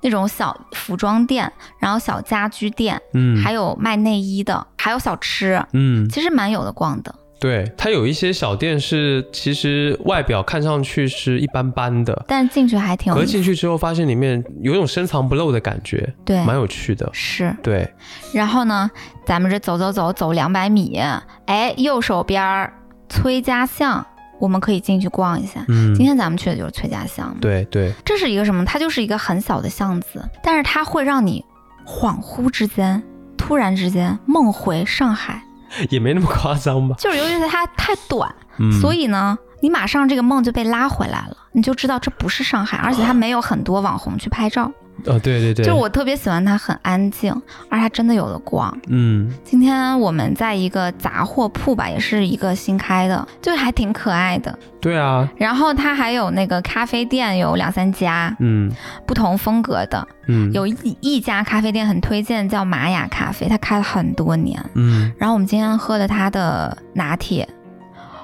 S3: 那种小服装店，然后小家居店，
S2: 嗯，
S3: 还有卖内衣的，还有小吃，
S2: 嗯，
S3: 其实蛮有的逛的。
S2: 对，它有一些小店是其实外表看上去是一般般的，
S3: 但是进去还挺
S2: 可
S3: 有
S2: 是
S3: 意思，
S2: 进去之后发现里面有一种深藏不露的感觉，
S3: 对，
S2: 蛮有趣的。
S3: 是。
S2: 对，
S3: 然后呢，咱们这走走走走两百米，哎，右手边儿崔家巷，我们可以进去逛一下。
S2: 嗯
S3: 今，天咱们去的就是崔家巷嘛。
S2: 对对，
S3: 这是一个什么？它就是一个很小的巷子，但是它会让你恍惚之间，突然之间梦回上海。
S2: 也没那么夸张吧。
S3: 就是由于它太短，
S2: 嗯，
S3: 所以呢，你马上这个梦就被拉回来了，你就知道这不是上海，而且它没有很多网红去拍照。
S2: 呃，对啊对对，
S3: 就是我特别喜欢它，很安静，而它真的有的逛。
S2: 嗯
S3: 今天我们在一个杂货铺吧，也是一个新开的，就是还挺可爱的。
S2: 对啊，
S3: 然后它还有那个咖啡店，有两三家
S2: 嗯
S3: 不同风格的。
S2: 嗯
S3: 有一一家咖啡店很推荐，叫玛雅咖啡，它开了很多年。
S2: 嗯
S3: 然后我们今天喝了它的拿铁，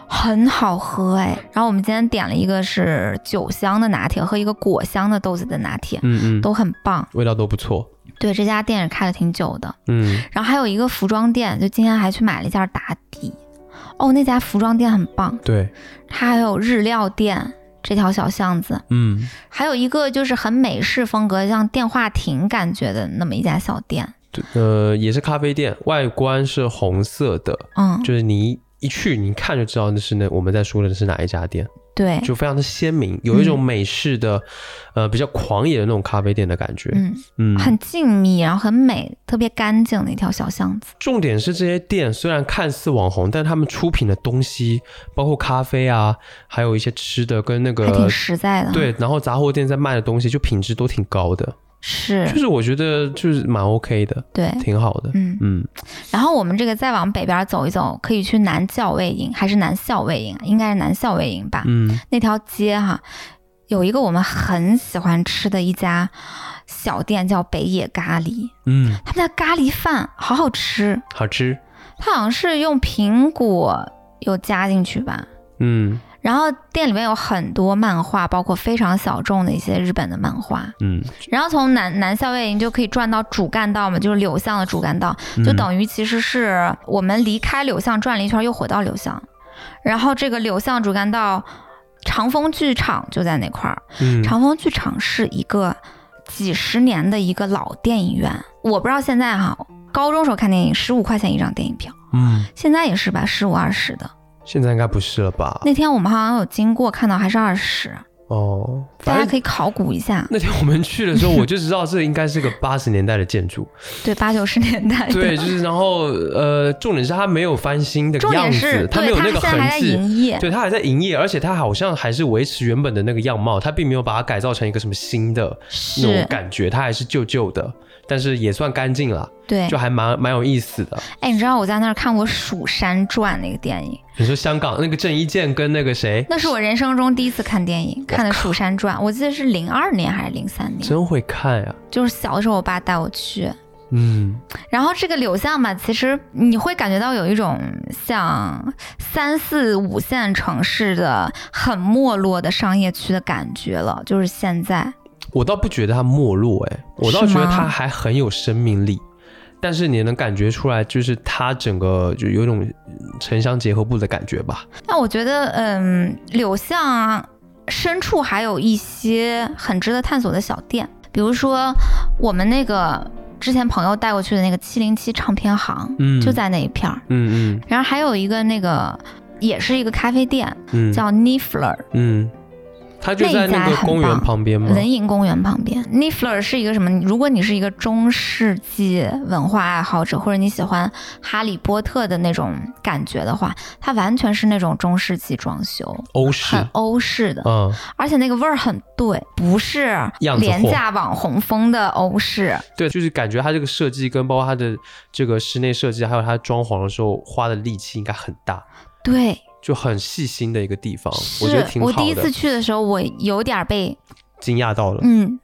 S3: 很好喝哎。然后我们今天点了一个是酒香的拿铁和一个果香的豆子的拿铁，
S2: 嗯嗯，
S3: 都很棒。
S2: 味道都不错。
S3: 对，这家店也开了挺久的。
S2: 嗯
S3: 然后还有一个服装店，就今天还去买了一件打底。哦，那家服装店很棒，，
S2: 对，
S3: 它还有日料店这条小巷子，
S2: 嗯
S3: 还有一个就是很美式风格，像电话亭感觉的那么一家小店。
S2: 对，呃，也是咖啡店，外观是红色的，
S3: 嗯，
S2: 就是你一一去，你一看就知道那是那我们在说的是哪一家店，
S3: 对，
S2: 就非常的鲜明，有一种美式的，呃，比较狂野的那种咖啡店的感觉。
S3: 嗯，
S2: 嗯，
S3: 很静谧，然后很美，特别干净的一条小巷子。
S2: 重点是这些店虽然看似网红，但他们出品的东西，包括咖啡啊，还有一些吃的跟那
S3: 还挺
S2: 个。
S3: 实在的，，，
S2: 呃对，然后杂货店在卖的东西就品质都挺高的，就是是我觉得就是蛮 OK 的，
S3: 对，
S2: 挺好的。
S3: 嗯。
S2: 嗯
S3: 然后我们这个再往北边走一走，可以去南校尉营，还是南校尉营啊？应该是南校尉营吧。
S2: 嗯
S3: 那条街哈，有一个我们很喜欢吃的一家小店，叫北野咖喱，
S2: 嗯，
S3: 他们家咖喱饭好好吃，
S2: 好吃。
S3: 它好像是用苹果有加进去吧。
S2: 嗯
S3: 然后店里面有很多漫画，包括非常小众的一些日本的漫画。
S2: 嗯，
S3: 然后从南南校尉营就可以转到主干道嘛，就是柳巷的主干道，就
S2: 嗯
S3: 等于其实是我们离开柳巷转了一圈，又回到柳巷。然后这个柳巷主干道，长风剧场就在那块儿。
S2: 嗯
S3: 长风剧场是一个几十年的一个老电影院，我不知道现在哈，高中时候看电影十五块钱一张电影票，
S2: 嗯，
S3: 现在也是吧，十五二十的。
S2: 现在应该不是了吧？
S3: 那天我们好像有经过，看到还是二十，
S2: 哦，
S3: 大
S2: 反
S3: 家
S2: 正
S3: 可以考古一下，
S2: 那天我们去的时候，我就知道这应该是个八十年代的建筑。
S3: 对，八九十年代的。
S2: [laughs] 对，就是然后呃，重点是它没有翻新的
S3: 重
S2: 样
S3: 点
S2: 子
S3: 是，，
S2: 没
S3: 对，
S2: 有
S3: 它
S2: 那
S3: 现
S2: 个
S3: 在
S2: 痕
S3: 还在
S2: 迹。
S3: 营业，
S2: 对，它还在营业，而且它好像还是维持原本的那个样貌，它并没有把它改造成一个什么新的那种
S3: 是
S2: 感觉，它还是旧旧的，但是也算干净了，
S3: 对
S2: 就，还蛮蛮有意思的。
S3: 哎，你知道我在那儿看过《蜀山传》那个电影，
S2: 你说香港那个郑伊健跟那个谁，
S3: 那是我人生中第一次看电影，看的《蜀山传》，我记得是零二年还是零三年，
S2: 真会看呀、
S3: 就是小的时候我爸带我去，
S2: 嗯，
S3: 然后这个柳巷吧，其实你会感觉到有一种像三四五线城市的很没落的商业区的感觉了，就是现在。
S2: 我倒不觉得它没落、哎，我倒
S3: 是
S2: 觉得
S3: 吗
S2: 它还很有生命力。但是你能感觉出来，就是它整个就有一种嗯城乡结合部的感觉吧？
S3: 那我觉得，嗯，柳巷深处还有一些很值得探索的小店，比如说我们那个之前朋友带过去的那个七零七唱片行，
S2: 嗯
S3: 就在那一片儿。
S2: 嗯
S3: 然后还有一个那个也是一个咖啡店，
S2: 嗯嗯
S3: 叫 Nifler，
S2: 嗯，它就在那
S3: 那一
S2: 个
S3: 家很
S2: 公园
S3: 棒
S2: 旁边吗？
S3: 人营公园旁边。Nifler 是一个什么？如果你是一个中世纪文化爱好者，或者你喜欢哈利波特的那种感觉的话，它完全是那种中世纪装修，
S2: 欧式，
S3: 很欧式的，
S2: 嗯，
S3: 而且那个味儿很对，不是
S2: 样子货
S3: 廉价网红风的欧式。
S2: 对，就是感觉它这个设计跟包括它的这个室内设计，还有它装潢的时候花的力气应该很大，
S3: 对，
S2: 就很细心的一个地方，
S3: 是
S2: 哦我觉得挺
S3: 我
S2: 好
S3: 第一次
S2: 的，
S3: 去的时候，我有点儿被
S2: 惊讶到了，
S3: 嗯，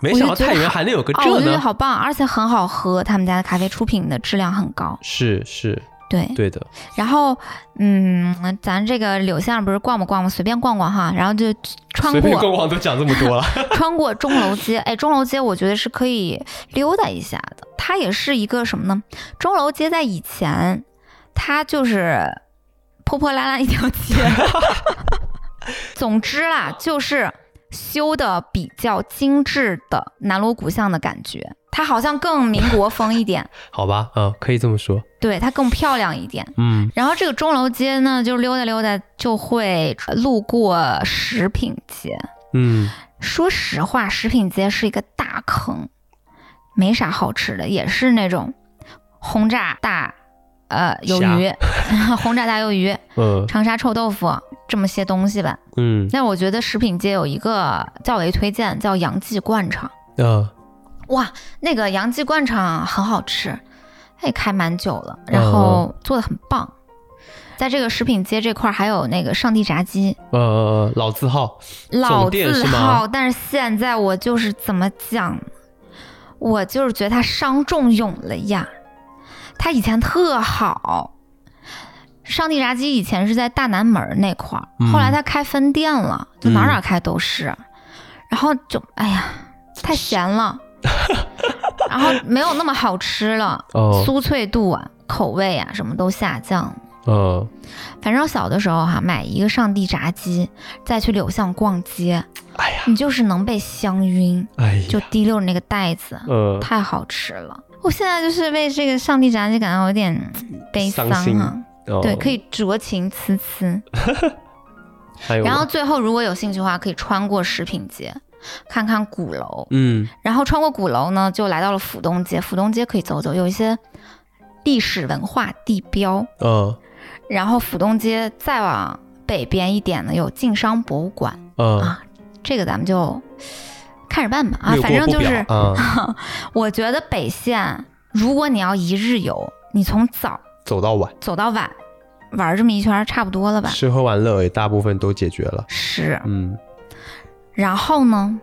S2: 没
S3: 我就
S2: 想到
S3: 觉得
S2: 太原
S3: 好
S2: 还能有个
S3: 哦，我
S2: 这
S3: 觉得
S2: 呢，
S3: 好棒，而且很好喝，他们家的咖啡出品的质量很高。
S2: 是是，
S3: 对，
S2: 对的，
S3: 然后，嗯，咱这个柳巷不是逛不逛吗？随便逛逛哈，然后就穿
S2: 随便
S3: 过
S2: 逛逛都讲这么多了，
S3: 啊穿过钟楼街，哎，钟楼街我觉得是可以溜达一下的。它也是一个什么呢？钟楼街在以前，它就是破破烂烂一条街。 [laughs] 总之啦，就是修的比较精致的南锣鼓巷的感觉，它好像更民国风一点，
S2: [laughs] 好吧，嗯，可以这么说，
S3: 对，它更漂亮一点。
S2: 嗯，
S3: 然后这个钟楼街呢，就是溜达溜达就会路过食品街。
S2: 嗯，
S3: 说实话，食品街是一个大坑，没啥好吃的，也是那种轰炸大呃鱿鱼、 [laughs] 轰炸大鱿鱼、
S2: 嗯
S3: 长沙臭豆腐这么些东西吧。
S2: 嗯
S3: 但我觉得食品街有一个较为推荐，叫杨记灌肠。
S2: 嗯
S3: 哇，那个杨记灌肠很好吃，它也开蛮久了，然后做的很棒。在这个食品街这块儿还有那个上帝炸鸡，
S2: 呃呃，老字号，
S3: 老
S2: 总店是
S3: 字
S2: 吗
S3: 号，但是现在我就是怎么讲，我就是觉得它伤仲永了呀。它以前特好，上帝炸鸡以前是在大南门那块儿，
S2: 嗯
S3: 后来它开分店了，就哪儿
S2: 嗯
S3: 哪儿开都是，然后就哎呀，太
S2: [laughs]
S3: 咸了，然后没有那么好吃了，
S2: 哦，
S3: 酥脆度啊、口味啊什么都下降了。
S2: 嗯，
S3: 反正小的时候哈、买一个上帝炸鸡，再去柳巷逛街，
S2: 哎呀，
S3: 你就是能被香晕，
S2: 哎
S3: 就
S2: 呀，
S3: 提溜着那个袋子，
S2: 呃，
S3: 太好吃了。我现在就是为这个上帝炸鸡感到有点嗯悲伤
S2: 伤心
S3: 啊，
S2: 哦哎
S3: 对，可，以酌情呲呲。
S2: 还有，
S3: 然后，最后如果有兴趣的话，可以穿过食品街，看看鼓楼，
S2: 嗯
S3: 然后穿过鼓楼呢，就来到了浦东街。浦东街可以走走，有一些历史文化地标。
S2: 嗯
S3: 然后浦东街再往北边一点呢，有晋商博物馆。
S2: 嗯，
S3: 啊，这个咱们就看着办吧啊
S2: 略，过
S3: 反正
S2: 不
S3: 就
S2: 表
S3: 是，
S2: 嗯，
S3: [laughs] 我觉得北线，如果你要一日游，你从早
S2: 走到晚，
S3: 走到晚，玩这么一圈儿差不多了吧？
S2: 吃喝玩乐也大部分都解决了，
S3: 是，
S2: 嗯，
S3: 然后呢，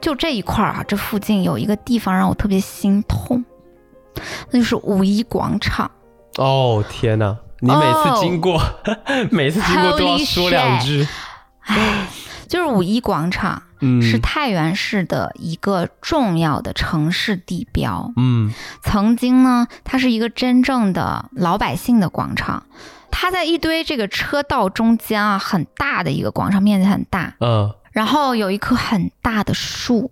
S3: 就这一块儿啊，这附近有一个地方让我特别心痛，那就是五一广场。
S2: 哦天哪，你每次经过， [laughs] 每次经过都要
S3: 哦 Holy
S2: 说两
S3: shit
S2: 句，
S3: 唉，就是五一广场
S2: 嗯，
S3: 是太原市的一个重要的城市地标。
S2: 嗯
S3: 曾经呢，它是一个真正的老百姓的广场，它在一堆这个车道中间啊，很大的一个广场，面积很大。
S2: 嗯
S3: 然后有一棵很大的树，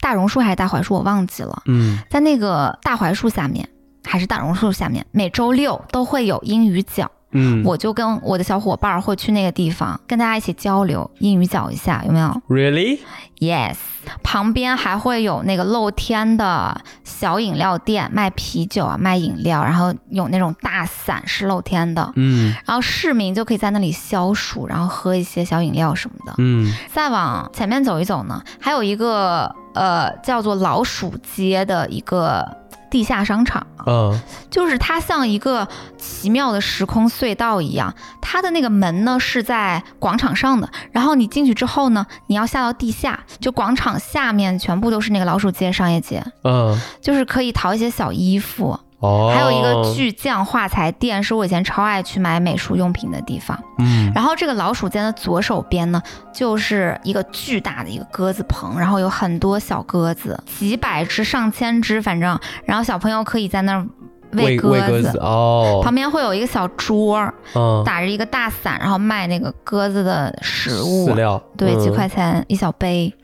S3: 大榕树还是大槐树，我忘记了，
S2: 嗯，
S3: 在那个大槐树下面还是大榕树下面，每周六都会有英语角，
S2: 嗯嗯
S3: 我就跟我的小伙伴儿会去那个地方，跟大家一起交流，英语讲一下，有没有
S2: ，really？
S3: ？Yes，旁边还会有那个露天的小饮料店，卖啤酒啊，卖饮料，然后有那种大伞是露天的，
S2: 嗯
S3: 然后市民就可以在那里消暑，然后喝一些小饮料什么的。
S2: 嗯，
S3: 再往前面走一走呢，还有一个呃叫做老鼠街的一个地下商场，
S2: 嗯
S3: 就是它像一个奇妙的时空隧道一样。它的那个门呢是在广场上的，然后你进去之后呢，你要下到地下，就广场下面全部都是那个老鼠街商业街，
S2: 嗯，
S3: 就是可以淘一些小衣服，
S2: 哦，
S3: 还有一个，巨匠画材店，是我以前超爱去买美术用品的地方。
S2: 嗯
S3: 然后这个老鼠间的左手边呢，就是一个巨大的一个鸽子棚，然后有很多小鸽子，几百只、上千只，反正，然后小朋友可以在那儿
S2: 喂
S3: 鸽
S2: 鸽子哦，
S3: 旁边会有一个小桌儿，
S2: 嗯，
S3: 打着一个大伞，然后卖那个鸽子的食物
S2: 饲，料，
S3: 对，
S2: 嗯
S3: 几块，钱一小杯。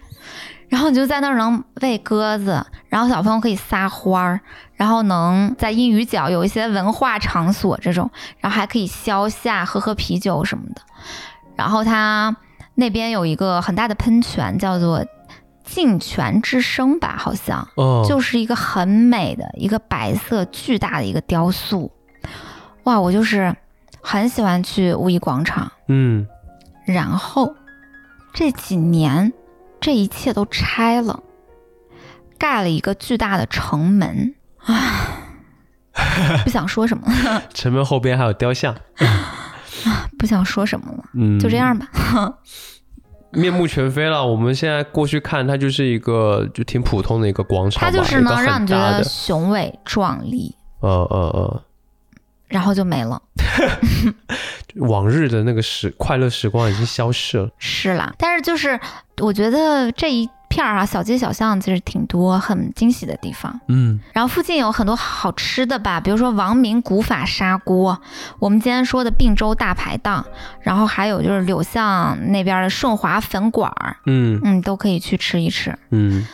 S3: 然后你就在那儿能喂鸽子，然后小朋友可以撒欢儿，然后能在英语角有一些文化场所这种，然后还可以消夏、喝喝啤酒什么的。然后它那边有一个很大的喷泉，叫做“净泉之声”吧，好像
S2: 嗯，
S3: 就是一个很美的一个白色巨大的一个雕塑。哇，我就是很喜欢去五一广场。
S2: 嗯
S3: 然后这几年，这一切都拆了，盖了一个巨大的城门。
S2: [laughs]
S3: 唉，不想说什么 [laughs] 了，
S2: 城门后边还有雕像，
S3: 不想说什么了，
S2: 嗯，
S3: 就这样吧。
S2: 面目全非了。我们现在过去看，它就是一个就挺普通的一个广场吧，
S3: 它就是
S2: 一个
S3: 呢，
S2: 很
S3: 让你觉
S2: 大
S3: 得
S2: 的
S3: 雄伟壮丽，
S2: 呃呃
S3: 然后就没了。
S2: 呃，往日的那个时快乐时光已经消逝了。
S3: 是啦，但是就是我觉得这一片儿啊，小街小巷其实挺多很惊喜的地方。
S2: 嗯
S3: 然后附近有很多好吃的吧，比如说王明古法砂锅，我们今天说的并州大排档，然后还有就是柳巷那边的顺华粉馆儿，
S2: 嗯
S3: 嗯，都可以去吃一吃
S2: 嗯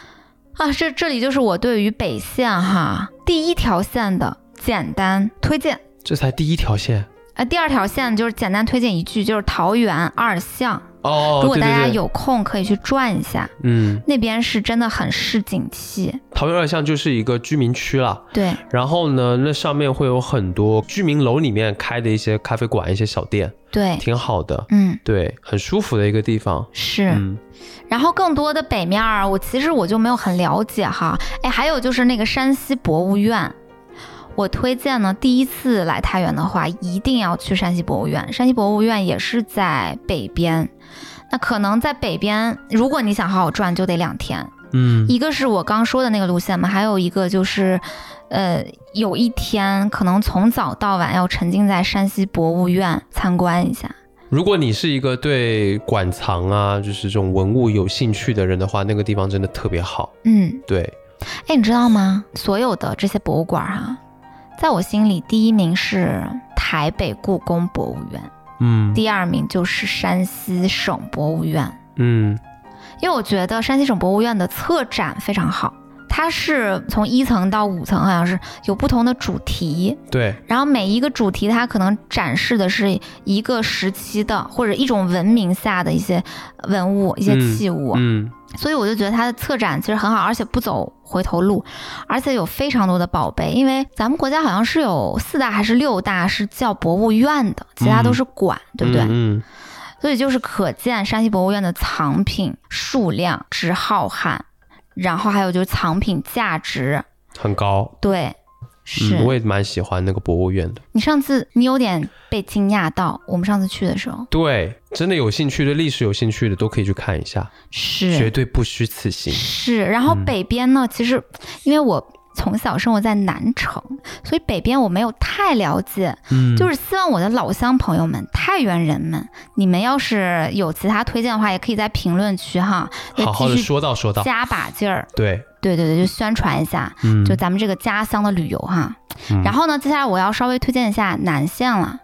S3: 啊。这这里就是我对于北线哈第一条线的简单推荐，
S2: 这才第一条线
S3: 呃，第二条线就是简单推荐一句，就是桃园二巷，
S2: 哦。
S3: 如果大家
S2: 对对对
S3: 有空可以去转一下，
S2: 嗯，
S3: 那边是真的很市井气，
S2: 桃园二巷就是一个居民区啦。
S3: 对，
S2: 然后呢，那上面会有很多居民楼里面开的一些咖啡馆、一些小店，
S3: 对，
S2: 挺好的。
S3: 嗯，
S2: 对，很舒服的一个地方。
S3: 是。
S2: 嗯
S3: 然后更多的北面儿，我其实我就没有很了解哈。哎，还有就是那个山西博物院，我推荐呢，第一次来太原的话，一定要去山西博物院。山西博物院也是在北边，那可能在北边，如果你想好好转，就得两天。
S2: 嗯
S3: 一个是我刚说的那个路线嘛，还有一个就是，呃，有一天可能从早到晚要沉浸在山西博物院参观一下。
S2: 如果你是一个对馆藏啊，就是这种文物有兴趣的人的话，那个地方真的特别好。
S3: 嗯，
S2: 对，
S3: 哎，你知道吗？所有的这些博物馆哈、啊，在我心里，第一名是台北故宫博物院，
S2: 嗯
S3: 第二名就是山西省博物院，
S2: 嗯
S3: 因为我觉得山西省博物院的策展非常好。它是从一层到五层，好像是有不同的主题，
S2: 对，
S3: 然后每一个主题它可能展示的是一个时期的或者一种文明下的一些文物、一些
S2: 嗯
S3: 器物。
S2: 嗯
S3: 所以我就觉得它的策展其实很好，而且不走回头路，而且有非常多的宝贝。因为咱们国家好像是有四大还是六大是叫博物院的，其他都是馆，对不对？
S2: 嗯
S3: 所以就是可见山西博物院的藏品数量之浩瀚，然后还有就是藏品价值，
S2: 很高。
S3: 对，是、
S2: 嗯，我也蛮喜欢那个博物院的。
S3: 你上次你有点被惊讶到，我们上次去的时候
S2: 对，真的有兴趣对历史有兴趣的都可以去看一下，
S3: 是
S2: 绝对不虚此行。
S3: 是，然后
S2: 嗯
S3: 北边呢，其实因为我从小生活在南城，所以北边我没有太了解，
S2: 嗯，
S3: 就是希望我的老乡朋友们、太原人们，你们要是有其他推荐的话，也可以在评论区哈，再
S2: 好好的
S3: 继续
S2: 说道说道。
S3: 加把劲儿，
S2: 对，
S3: 对对对，就宣传一下，
S2: 嗯，
S3: 就咱们这个家乡的旅游哈。
S2: 嗯
S3: 然后呢，接下来我要稍微推荐一下南线了，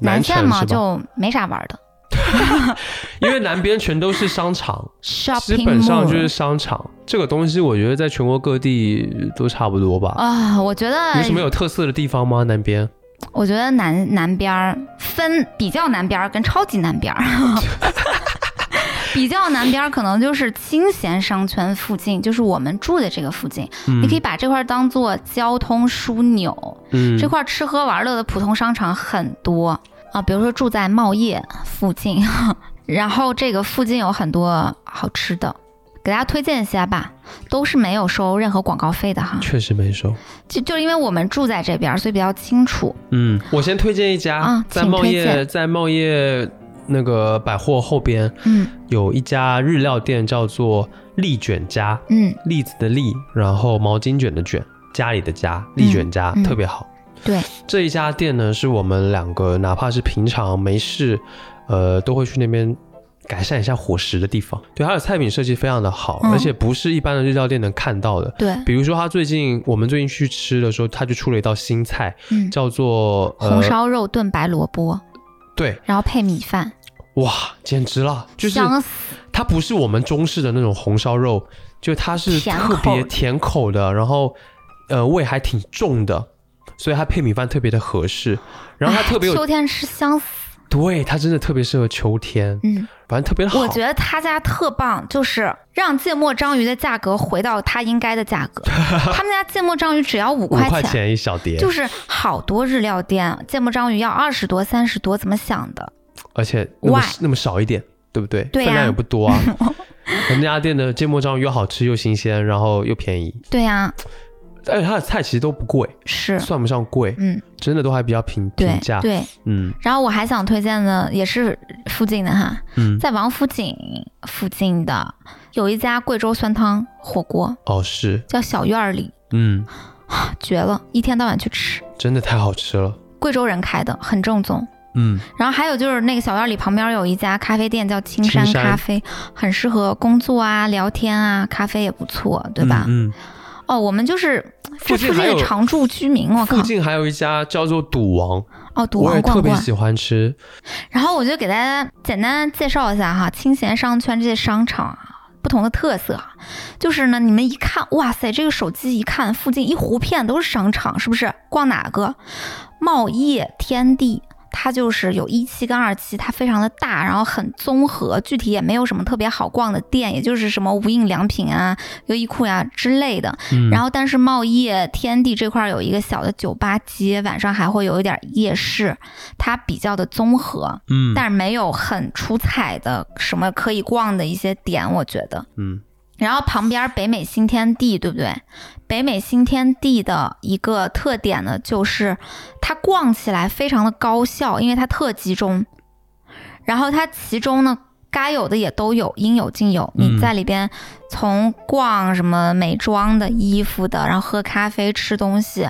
S3: 南
S2: 南
S3: 线
S2: 城
S3: 嘛
S2: 是吧
S3: 就没啥玩儿的
S2: 因为南边全都是商
S3: [laughs]
S2: 场，基
S3: ，shopping
S2: 本上
S3: mall
S2: 就是商场。这个东西我觉得在全国各地都差不多吧。
S3: 啊、我觉得
S2: 有什么有特色的地方吗？南边？
S3: 我觉得南南边儿分比较南边儿跟超级南边儿， [laughs] 比较南边儿可能就是清闲商圈附近，就是我们住的这个附近，你可以把这块儿当做交通枢纽，
S2: 嗯
S3: 这块儿吃喝玩乐的普通商场很多啊，比如说住在茂业附近， [laughs] 然后这个附近有很多好吃的，给大家推荐一下吧，都是没有收任何广告费的哈，
S2: 确实没收。
S3: 就就是因为我们住在这边儿，所以比较清楚。
S2: 嗯，我先推荐一家，
S3: 啊
S2: 在
S3: 请
S2: 茂
S3: 推
S2: 业，
S3: 荐
S2: 在茂业那个百货后边
S3: 嗯
S2: 有一家日料店，叫做丽卷家，
S3: 嗯，
S2: 栗子的栗，然后毛巾卷的卷，家里的家，丽卷家、
S3: 嗯
S2: 特别好。
S3: 对，
S2: 这一家店呢，是我们两个哪怕是平常没事，呃，都会去那边改善一下伙食的地方。对，它的菜品设计非常的好，
S3: 嗯
S2: 而且不是一般的日料店能看到的。
S3: 对，
S2: 比如说，它最近我们最近去吃的时候，它就出了一道新菜，
S3: 嗯，
S2: 叫做、呃、
S3: 红烧肉炖白萝卜，
S2: 对，
S3: 然后配米饭，
S2: 哇，简直了！就是
S3: 香死，
S2: 它不是我们中式的那种红烧肉，就它是
S3: 甜
S2: 特
S3: 口
S2: 别
S3: 的
S2: 甜口的，然后呃味还挺重的，所以它配米饭特别的合适。然后它
S3: 哎
S2: 特别有
S3: 秋，天吃香死，
S2: 对它真的特别适合秋天，
S3: 嗯，
S2: 反正特别的好。
S3: 我觉得他家特棒，就是让芥末章鱼的价格回到它应该的价
S2: [laughs]
S3: 格，他们家芥末章鱼只要五
S2: 五
S3: 块
S2: 块钱一小碟，
S3: 就是好多日料店芥末章鱼要二十多、三十多，怎么想的？
S2: 而且那么
S3: Why？
S2: 那么少一点，对不对？
S3: 对
S2: 分量
S3: 啊
S2: 也不多
S3: [laughs]
S2: 啊。我们家店的芥末章鱼又好吃又新鲜，然后又便宜，
S3: 对呀、
S2: 而且它的菜其实都不贵，
S3: 是，
S2: 算不上贵，
S3: 嗯，
S2: 真的都还比较平平
S3: 对
S2: 价。
S3: 对。
S2: 嗯
S3: 然后我还想推荐的也是附近的哈，
S2: 嗯，
S3: 在王府井附近的有一家贵州酸汤火锅，
S2: 哦是，
S3: 叫小院儿里，
S2: 嗯，
S3: 绝了，一天到晚去吃。
S2: 真的太好吃了。
S3: 贵州人开的，很正宗。
S2: 嗯，
S3: 然后还有就是那个小院里旁边有一家咖啡店叫青山
S2: 青山
S3: 咖啡，很适合工作啊、聊天啊，咖啡也不错，对吧？
S2: 嗯，
S3: 哦，我们就是
S2: 附
S3: 这
S2: 近
S3: 附近
S2: 还有
S3: 的常住居民，我靠
S2: 附！近还有一家叫做赌王，
S3: 哦，赌
S2: 我也
S3: 王
S2: 特
S3: 逛
S2: 别
S3: 逛。
S2: 喜欢吃。
S3: 然后我就给大家简单介绍一下哈，清闲商圈这些商场啊。不同的特色，啊就是呢，你们一看，哇塞，这个手机一看，附近一糊片都是商场，是不是？逛哪个？茂业天地，它就是有一期跟二期，它非常的大，然后很综合，具体也没有什么特别好逛的店，也就是什么无印良品啊、优衣库呀、之类的。
S2: 嗯
S3: 然后，但是茂业天地这块儿有一个小的酒吧街，晚上还会有一点夜市，它比较的综合，
S2: 嗯
S3: 但是没有很出彩的什么可以逛的一些点，我觉得。
S2: 嗯
S3: 然后旁边北美新天地，对不对？北美新天地的一个特点呢，就是它逛起来非常的高效，因为它特集中。然后它其中呢，该有的也都有，应有尽有。
S2: 嗯
S3: 你在里边从逛什么美妆的、衣服的，然后喝咖啡、吃东西，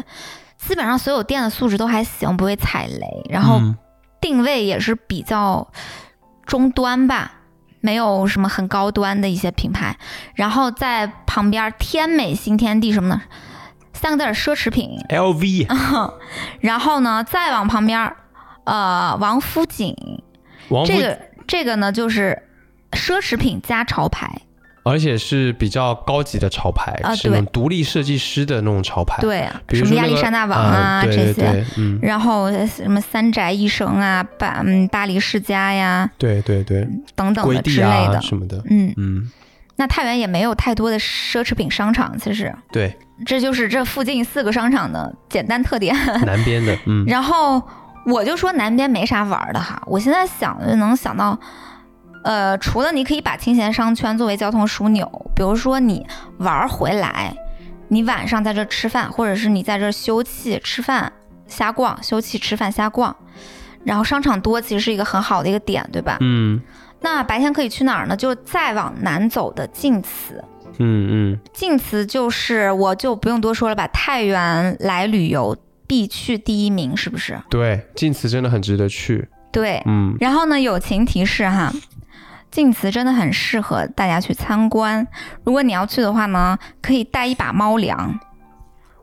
S3: 基本上所有店的素质都还行，不会踩雷。然后
S2: 嗯
S3: 定位也是比较中端吧，没有什么很高端的一些品牌。然后在旁边天美新天地什么的，三个字儿奢侈品。 [laughs]
S2: ，LV
S3: 然后呢，再往旁边，呃，王府井
S2: 王府
S3: 这，个这个呢就是奢侈品加潮牌，
S2: 而且是比较高级的潮牌，
S3: 啊
S2: 是那种
S3: 对
S2: 独立设计师的那种潮牌，，
S3: 对啊，
S2: 哎比如
S3: 什
S2: 说
S3: 么亚
S2: 那
S3: 历
S2: 个
S3: 山大王
S2: 啊
S3: 啊
S2: 对
S3: 这
S2: 对
S3: 些。
S2: 对，嗯，
S3: 然后什么三宅一生啊，巴嗯巴黎世家呀
S2: 对对对，
S3: 等等
S2: 规
S3: 的
S2: 地
S3: 之类的
S2: 啊，什么的，
S3: 嗯，
S2: 嗯，
S3: 那太原也没有太多的奢侈品商场，其实
S2: 对，
S3: 这就是这附近四个商场的简单特点。
S2: 南边的，嗯，
S3: [laughs] 然后我就说南边没啥玩儿的哈，我现在想就能想到，呃，除了你可以把清闲商圈作为交通枢纽，比如说你玩儿回来，你晚上在这吃饭，或者是你在这休憩吃饭瞎逛，休憩吃饭瞎逛，然后商场多其实是一个很好的一个点，对吧？
S2: 嗯
S3: 那白天可以去哪儿呢？就是再往南走的晋祠。
S2: 嗯嗯，
S3: 晋祠就是我就不用多说了吧，太原来旅游必去第一名，是不是？
S2: 对，晋祠真的很值得去，
S3: 对。
S2: 嗯，
S3: 然后呢，友情提示哈，晋祠真的很适合大家去参观。如果你要去的话呢，可以带一把猫粮，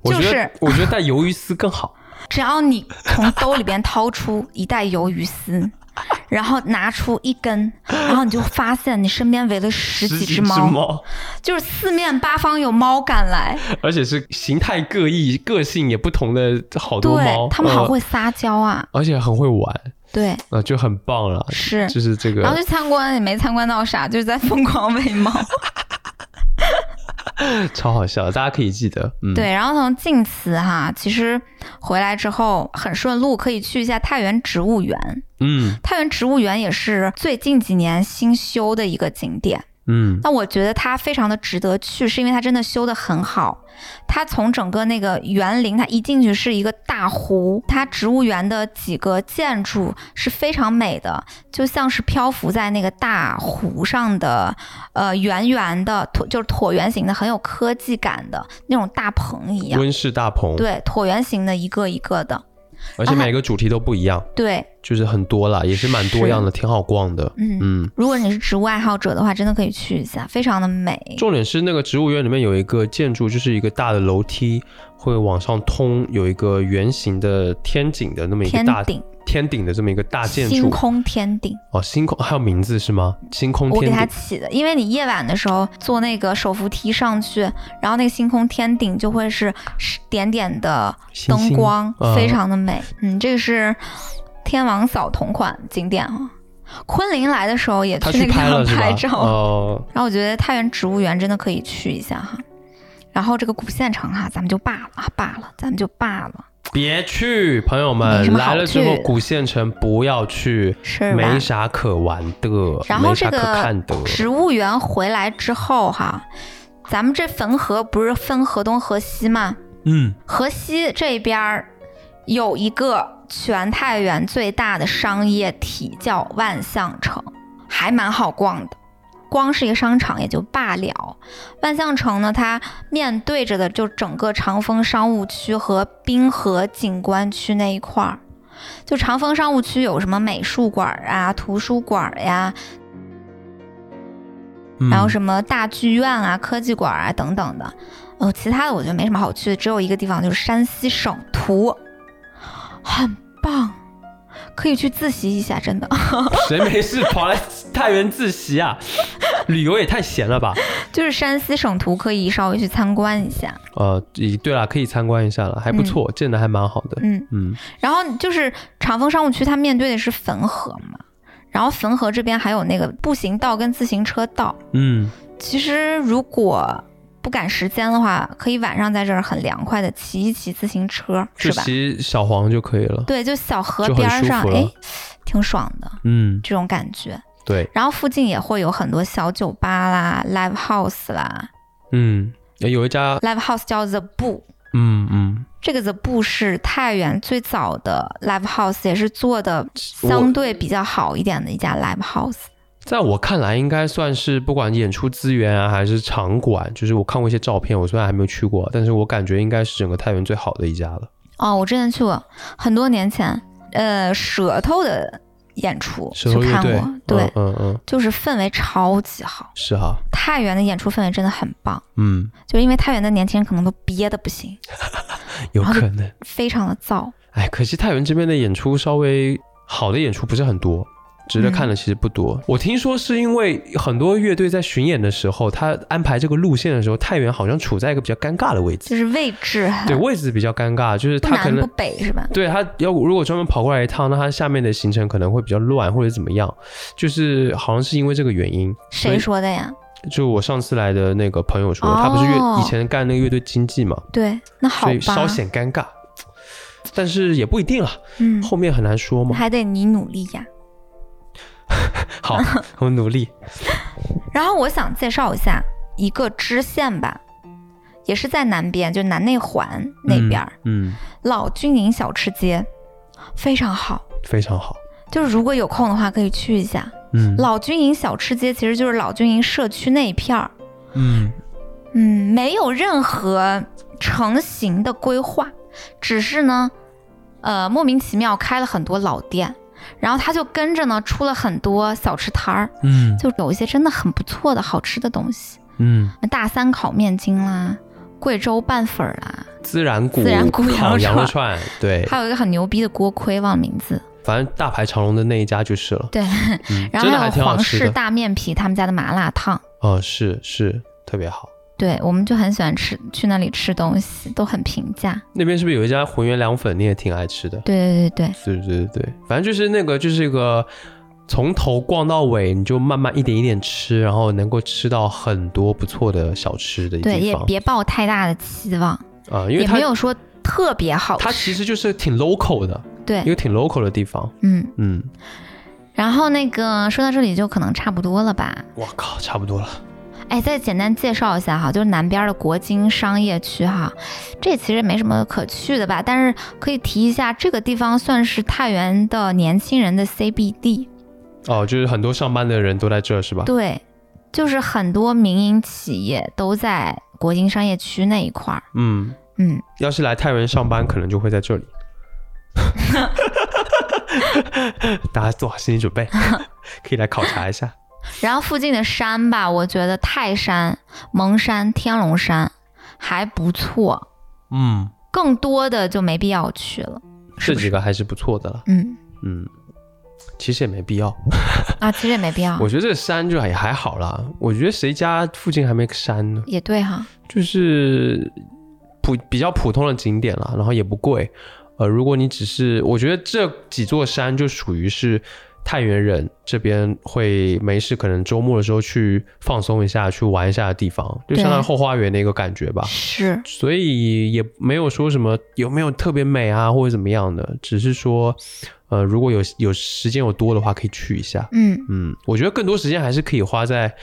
S2: 我觉
S3: 就
S2: 得
S3: 是
S2: 我觉得带鱿鱼丝更好，
S3: 只要你从兜里边掏出一袋鱿鱼丝，然后拿出一根，然后你就发现你身边围了十
S2: 十几
S3: 几只
S2: 只
S3: 猫，
S2: 猫，
S3: 就是四面八方有猫赶来，
S2: 而且是形态各异、个性也不同的好多猫
S3: 对，，他们好
S2: 呃
S3: 会撒娇啊，
S2: 而且很会玩，
S3: 对，
S2: 呃，就很棒了。
S3: 是
S2: 就是这个
S3: 然后去参观也没参观到啥，就是在疯狂喂
S2: [laughs]
S3: 猫。
S2: 嗯超好笑，大家可以记得。嗯，，
S3: 对，然后从晋祠哈，其实回来之后很顺路，可以去一下太原植物园。
S2: 嗯
S3: 太原植物园也是最近几年新修的一个景点。
S2: 嗯
S3: 那我觉得它非常的值得去，是因为它真的修得很好。它从整个那个园林，它一进去是一个大湖，它植物园的几个建筑是非常美的，就像是漂浮在那个大湖上的，呃，圆圆的椭就是椭圆形的，很有科技感的那种大棚一样。
S2: 温室大棚，
S3: 对，啊椭圆形的一个一个的，
S2: 而且每个主题都不一样，
S3: 对，
S2: 就是很多啦，也是蛮多样的，挺好逛的。
S3: 嗯
S2: 嗯，
S3: 如果你是植物爱好者的话，真的可以去一下，非常的美。
S2: 重点是那个植物园里面有一个建筑，就是一个大的楼梯会往上通，有一个圆形的天井的那么一个
S3: 天
S2: 大
S3: 顶，
S2: 天顶的这么一个大建
S3: 星
S2: 筑。
S3: 空天顶。
S2: 哦，星空还有名字是吗？星空
S3: 我给
S2: 天
S3: 它
S2: 顶。
S3: 起的，因为你夜晚的时候坐那个手扶梯上去，然后那个星空天顶就会是是点点的
S2: 星
S3: 灯
S2: 星
S3: 光，
S2: 啊
S3: 非常的美。嗯，这个是天王嫂同款景点啊。昆凌来的时候也
S2: 他
S3: 那
S2: 去
S3: 个地
S2: 拍
S3: 方
S2: 了是吧
S3: 拍？照，
S2: 哦，
S3: [laughs] 然后我觉得太原植物园真的可以去一下哈。然后这个古县城哈，咱们就罢了啊，罢了，咱们就罢了，
S2: 别去，朋友
S3: 没
S2: 们
S3: 什，么
S2: 来
S3: 好
S2: 了之后
S3: 去的
S2: 古县城不要去，
S3: 是吧？
S2: 没啥可玩的，
S3: 然后
S2: 没
S3: 这
S2: 啥可
S3: 个
S2: 看的。
S3: 植物园回来之后哈，咱们这汾河不是分河东河西吗？
S2: 嗯，
S3: 河西这边儿有一个全太原最大的商业体叫万象城，还蛮好逛的。光是一个商场也就罢了，万象城呢，它面对着的就整个长丰商务区和滨河景观区那一块儿。就长丰商务区有什么美术馆儿啊、图书馆儿呀、
S2: 嗯
S3: 然后什么大剧院啊、科技馆啊等等的。呃，其他的我觉得没什么好去的，只有一个地方就是山西省图，很棒，可以去自习一下，真的。 [laughs]
S2: 谁没事跑来太原自习啊？旅游也太闲了吧？
S3: 就是山西省图可以稍微去参观一下，
S2: 呃，也对了，可以参观一下了，还不错，建的还蛮好的。
S3: 嗯。
S2: 嗯，
S3: 然后就是长丰商务区，它面对的是汾河嘛，然后汾河这边还有那个步行道跟自行车道。
S2: 嗯，
S3: 其实如果不赶时间的话，可以晚上在这儿很凉快的骑一骑自行车，
S2: 就是
S3: 吧？
S2: 骑小黄就可以了。
S3: 对，就小河
S2: 就很
S3: 边儿
S2: 舒
S3: 上，
S2: 服了
S3: 哎，挺爽的
S2: 嗯，
S3: 这种感觉。
S2: 对，
S3: 然后附近也会有很多小酒吧啦、live house 啦
S2: 嗯，有一家，
S3: ，live house 叫 The Boo。
S2: 嗯嗯，
S3: 这个 The Boo 是太原最早的 live house，也是做的
S2: 我
S3: 相对比较好一点的一家 live house。
S2: 在我看来，应该算是不管演出资源啊，还是场馆，就是我看过一些照片，我虽然还没有去过，但是我感觉应该是整个太原最好的一家了。
S3: 哦，我之前去过，很多年前，呃，舌头的演出
S2: 舌
S3: 去
S2: 头乐
S3: 看
S2: 队
S3: 过，，对，
S2: 嗯嗯嗯，
S3: 就是氛围超级好。
S2: 是哈，
S3: 太原的演出氛围真的很棒，
S2: 嗯，
S3: 就因为太原的年轻人可能都憋得不行，
S2: 有
S3: 然后就
S2: 可能。
S3: 非常的燥。
S2: 哎，可惜太原这边的演出稍微好的演出不是很多，值得看的其实不多。嗯我听说是因为很多乐队在巡演的时候，他安排这个路线的时候，太原好像处在一个比较尴尬的位置，
S3: 就是位置很
S2: 对位置比较尴尬，就是
S3: 不
S2: 他可
S3: 南不
S2: 能。
S3: 北是吧？
S2: 对他要如果专门跑过来一趟，那他下面的行程可能会比较乱或者怎么样，就是好像是因为这个原因。所
S3: 谁
S2: 以？
S3: 说的呀？
S2: 就我上次来的那个朋友说，他不是
S3: 哦
S2: 乐以前干那个乐队经纪嘛，
S3: 对，那好
S2: 所以
S3: 吧
S2: 稍，显尴尬，但是也不一定了，
S3: 嗯，
S2: 后面很难说 [laughs] 嘛。
S3: 还得你努力呀。
S2: 好，我努力。
S3: 然后我想介绍一下一个知县吧，也是在南边，就南内环那边儿、
S2: 嗯，
S3: 老军营小吃街，非常好。
S2: 非常好。
S3: 就是如果有空的话，可以去一下
S2: 嗯
S3: 老军营小吃街，其实就是老军营社区那一片儿，
S2: 嗯，
S3: 嗯，没有任何成型的规划，只是呢，呃，莫名其妙开了很多老店，然后他就跟着呢出了很多小吃摊儿，
S2: 嗯
S3: 就有一些真的很不错的好吃的东西，
S2: 嗯，
S3: 大三烤面筋啦，贵州拌粉儿啦，啊
S2: 孜然骨、
S3: 孜然骨
S2: 烤羊
S3: 羊肉
S2: 肉串，对，
S5: 哎
S3: 还有一个很牛逼的锅盔，忘了名字，
S5: 反正大排长龙的那一家就是了。
S3: 对，
S5: 嗯，
S3: 然
S5: 真的
S3: 后
S5: 还
S3: 还
S5: 挺
S3: 有
S5: 好
S3: 皇
S5: 吃
S3: 室
S5: 的。
S3: 大面皮他们家的麻辣烫，
S5: 嗯，是是，特别好。
S3: 对，我们就很喜欢吃去那里吃东西，都很平价。
S5: 那边是不是有一家浑源凉粉，你也挺爱吃的？
S3: 对对对对，
S5: 对对对对，反正就是那个就是一个从头逛到尾，你就慢慢一点一点吃，然后能够吃到很多不错的小吃的
S3: 对
S5: 地
S3: 也
S5: 方
S3: 别抱太大的期望，
S5: 啊、因为
S3: 也
S5: 它
S3: 没有说特别好
S5: 它
S3: 吃。
S5: 其实就是挺 local 的，一
S3: 对，
S5: 个挺 local 的地方。
S3: 嗯，
S5: 嗯，
S3: 然后那个说到这里就可能差不多了吧。
S5: 我靠，差不多了。
S3: 哎，再简单介绍一下哈，就是南边的国金商业区哈，这其实没什么可去的吧，但是可以提一下，这个地方算是太原的年轻人的 CBD，
S5: 哦，就是很多上班的人都在这儿是吧？
S3: 对，就是很多民营企业都在国金商业区那一块儿，
S5: 嗯，
S3: 嗯，
S5: 要是来太原上班，可能就会在这里。 [laughs] 大家做好心理准备，可以来考察一下。
S3: 然后附近的山吧，我觉得泰山、蒙山、天龙山还不错，
S5: 嗯，
S3: 更多的就没必要去了，
S5: 这几个还是不错的啦。
S3: 嗯，
S5: 嗯，其实也没必要。
S3: 啊，其实也没必要，
S5: 我觉得这个山就也还好啦。我觉得谁家附近还没个山呢？
S3: 也对哈，
S5: 就是普比较普通的景点啦，然后也不贵。呃，如果你只是，我觉得这几座山就属于是太原人这边会没事，可能周末的时候去放松一下、去玩一下的地方，就相当于
S3: 对
S5: 后花园的一个感觉吧。
S3: 是。
S5: 所以也没有说什么有没有特别美啊，或者怎么样的，只是说，呃，如果有有时间有多的话，可以去一下。
S3: 嗯，
S5: 嗯，我觉得更多时间还是可以花在。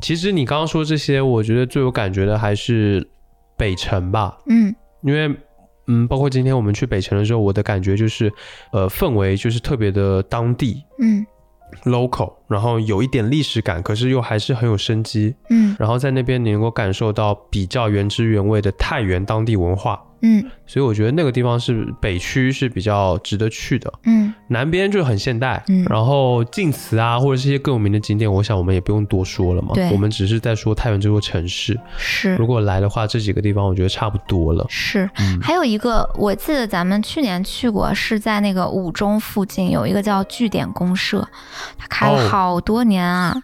S5: 其实你刚刚说这些，我觉得最有感觉的还是北城吧，
S3: 嗯
S5: 因为嗯，包括今天我们去北城的时候，我的感觉就是，呃，氛围就是特别的当地
S3: 嗯
S5: local，然后有一点历史感，可是又还是很有生机。
S3: 嗯
S5: 然后在那边你能够感受到比较原汁原味的太原当地文化，
S3: 嗯
S5: 所以我觉得那个地方是北区是比较值得去的。
S3: 嗯，
S5: 南边就很现代，
S3: 嗯
S5: 然后晋祠啊，或者是一些更有名的景点，我想我们也不用多说了嘛。
S3: 对
S5: 我们只是在说太原这座城市。
S3: 是
S5: 如果来的话，这几个地方我觉得差不多了。
S3: 嗯是。
S5: 嗯
S3: 还有一个，我记得咱们去年去过，是在那个五中附近有一个叫据点公社，它开
S5: 哦
S3: 了好多年啊，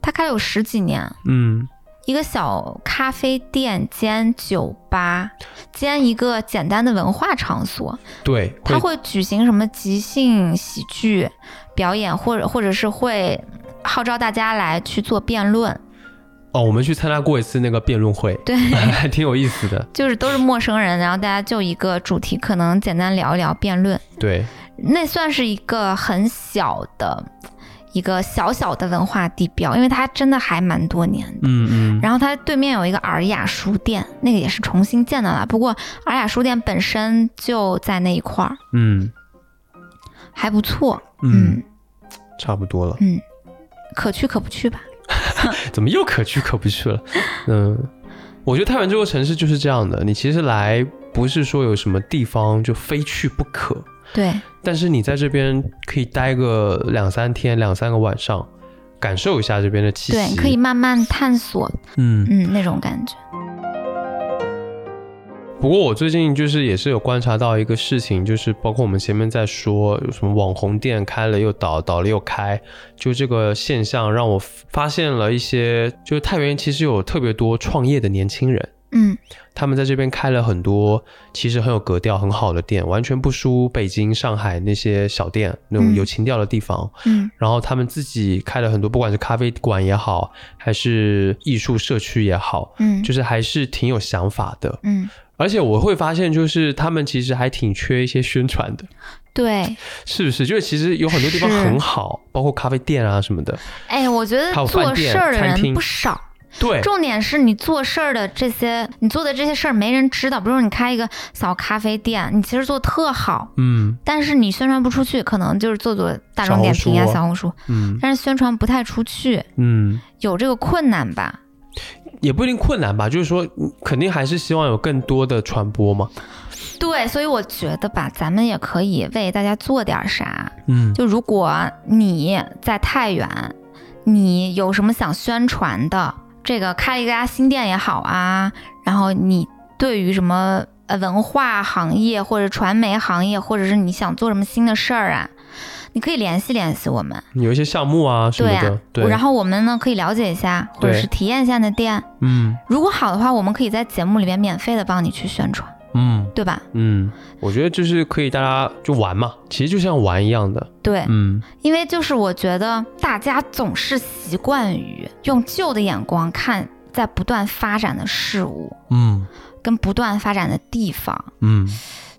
S3: 它开了有十几年。
S5: 嗯，
S3: 一个小咖啡店兼酒吧兼一个简单的文化场所，
S5: 对，
S3: 它会举行什么即兴喜剧表演，或者或者是会号召大家来去做辩论，
S5: 哦，我们去参加过一次那个辩论会，
S3: 对，
S5: 还挺有意思的。
S3: 就是都是陌生人，然后大家就一个主题，可能简单聊一聊辩论，
S5: 对，
S3: 那算是一个很小的一个小小的文化地标，因为它真的还蛮多年的。
S5: 嗯嗯，
S3: 然后它对面有一个尔雅书店，那个也是重新建的了，不过尔雅书店本身就在那一块儿，
S5: 嗯
S3: 还不错，
S5: 嗯，
S3: 嗯
S5: 差不多了。
S3: 嗯，可去可不去吧，
S5: 怎么又可去可不
S3: [laughs]
S5: 去了？嗯，我觉得太原这座城市就是这样的，你其实来不是说有什么地方就非去不可，
S3: 对
S5: 但是你在这边可以待个两三天、两三个晚上，感受一下这边的气
S3: 对，
S5: 息。
S3: 可以，慢慢探索，
S5: 嗯。
S3: 嗯，那种感觉，
S5: 不过我最近就是也是有观察到一个事情，就是包括我们前面在说有什么网红店开了又倒，倒了又开，就这个现象让我发现了一些，就是太原其实有特别多创业的年轻人。
S3: 嗯
S5: 他们在这边开了很多其实很有格调、很好的店，完全不输北京、上海那些小店那
S3: 嗯
S5: 种有情调的地方。
S3: 嗯
S5: 然后他们自己开了很多，不管是咖啡馆也好，还是艺术社区也好，
S3: 嗯，
S5: 就是还是挺有想法的。
S3: 嗯
S5: 而且我会发现，就是他们其实还挺缺一些宣传的，
S3: 对。
S5: 是不是？就是其实有很多地方
S3: 是
S5: 很好，包括咖啡店啊什么的。
S3: 哎，我觉得
S5: 还有饭
S3: 做
S5: 店
S3: 事儿的
S5: 餐厅
S3: 人不少，
S5: 对，
S3: 重点是你做事儿的这些，你做的这些事儿没人知道。比如说你开一个小咖啡店，你其实做得特好，
S5: 嗯
S3: 但是你宣传不出去，可能就是做做大众点评啊、
S5: 小
S3: 小红书，
S5: 嗯
S3: 但是宣传不太出去，
S5: 嗯，
S3: 有这个困难吧？
S5: 也不一定困难吧，就是说嗯肯定还是希望有更多的传播嘛。
S3: 对，所以我觉得吧，咱们也可以为大家做点啥。
S5: 嗯，
S3: 就如果你在太原，你有什么想宣传的，这个开了一家新店也好啊，然后你对于什么呃文化行业或者传媒行业，或者是你想做什么新的事儿啊，你可以联系联系我们，
S5: 有一些项目啊什么
S3: 对呀、
S5: 的，对，
S3: 然后我们呢可以了解一下，或者
S5: 对
S3: 是体验一下你的店。
S5: 嗯
S3: 如果好的话，我们可以在节目里面免费的帮你去宣传，
S5: 嗯
S3: 对吧？
S5: 嗯，我觉得就是可以大家就玩嘛，其实就像玩一样的，
S3: 对，
S5: 嗯
S3: 因为就是我觉得大家总是习惯于用旧的眼光看在不断发展的事物
S5: 嗯
S3: 跟不断发展的地方。
S5: 嗯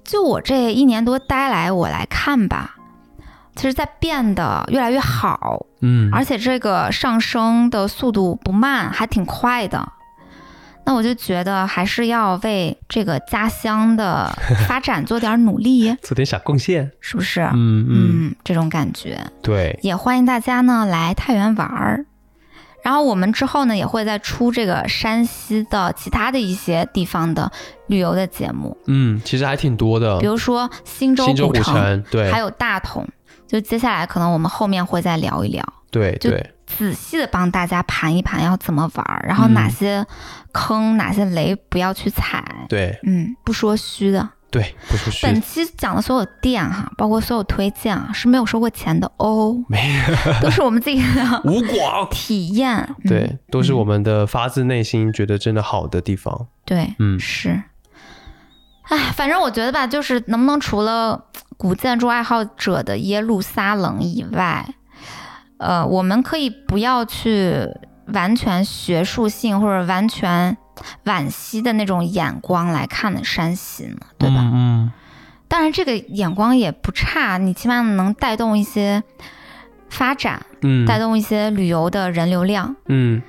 S3: 就我这一年多待来，我来看吧，其实在变得越来越好，
S5: 嗯，
S3: 而且这个上升的速度不慢，还挺快的。那我就觉得还是要为这个家乡的发展做点努力，
S5: 做点小贡献，
S3: 是不是？
S5: 嗯嗯，
S3: 嗯，这种感觉。
S5: 对，
S3: 也欢迎大家呢来太原玩儿。然后我们之后呢也会再出这个山西的其他的一些地方的旅游的节目，
S5: 嗯，其实还挺多的
S3: 比，如说新州
S5: 新州
S3: 古城，
S5: 古城，对
S3: 还有大同。就接下来可能我们后面会再聊一聊，
S5: 对
S3: 就
S5: 对，
S3: 仔细的帮大家盘一盘要怎么玩儿，然后
S5: 嗯
S3: 哪些坑、哪些雷不要去踩。
S5: 对
S3: 嗯，不说虚的。
S5: 对，不出去，
S3: 本期讲的所有店哈，包括所有推荐啊，是没有收过钱的哦，
S5: 没
S3: [laughs] 都是我们自己的
S5: [laughs] 无广，
S3: 体验。嗯
S5: 对，都是我们的发自内心觉得真的好的地方，
S3: 对，
S5: 嗯
S3: 是。哎，反正我觉得吧，就是能不能除了古建筑爱好者的耶路撒冷以外，呃，我们可以不要去完全学术性或者完全惋惜的那种眼光来看山西呢，对吧？
S5: 嗯
S3: 当然，这个眼光也不差，你起码能带动一些发展，
S5: 嗯，
S3: 带动一些旅游的人流量。
S5: 嗯，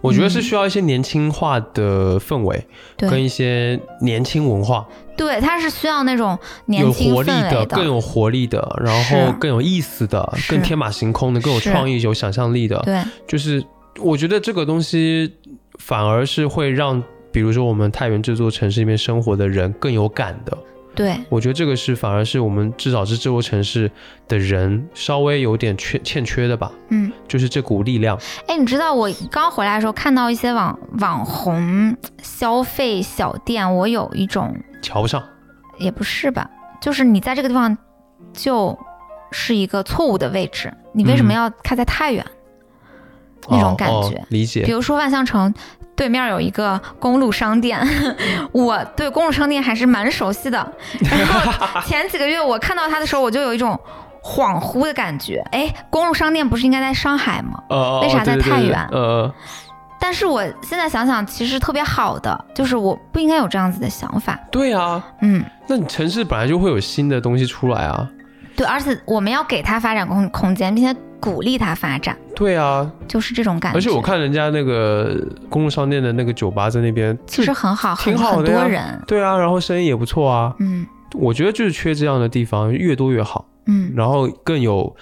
S5: 我觉得是需要一些年轻化的氛围，跟
S3: 对，
S5: 一些年轻文化，
S3: 对，它是需要那种年
S5: 有
S3: 轻
S5: 活
S3: 氛
S5: 力
S3: 围
S5: 的、更有活力的，然后
S3: 是
S5: 更有意思的、
S3: 是
S5: 更天马行空的、更有
S3: 是
S5: 创意、有想象力的，
S3: 对。
S5: 就是我觉得这个东西反而是会让。比如说，我们太原这座城市里面生活的人更有感的，
S3: 对
S5: 我觉得这个是反而是我们至少是这座城市的人稍微有点缺欠缺的吧，
S3: 嗯，
S5: 就是这股力量。
S3: 哎，你知道我刚回来的时候看到一些网网红消费小店，我有一种
S5: 瞧不上，
S3: 也不是吧，就是你在这个地方就是一个错误的位置，你为什么
S5: 嗯
S3: 要开在太远？那种
S5: 哦
S3: 感
S5: 哦
S3: 觉
S5: 理
S3: 比
S5: 解，
S3: 如说万象城对面有一个公路商店， [laughs] 我对公路商店还是蛮熟悉
S5: [laughs]
S3: 的。然后前几个月我看到它的时候，我就有一种恍惚的感觉。哎，公路商店不是应该在上海吗？
S5: 呃，
S3: 为啥在
S5: 对对对
S3: 太
S5: 对
S3: 原啊
S5: 呃，
S3: 但是我现在想想，其实特别好的，就是我不应该有这样子的想法。
S5: 对啊，
S3: 嗯，
S5: 那你城市本来就会有新的东西出来啊，
S3: 对，而且我们要给它发展空空间，并且鼓励它发展，
S5: 对啊，
S3: 就是这种感觉。
S5: 而且我看人家那个公路商店的那个酒吧在那边，
S3: 其实很好，
S5: 挺
S3: 很
S5: 好
S3: 很
S5: 的呀
S3: 多人。
S5: 对啊，然后生意也不错啊，
S3: 嗯
S5: 我觉得就是缺这样的地方，越多越好，
S3: 嗯，
S5: 然后更有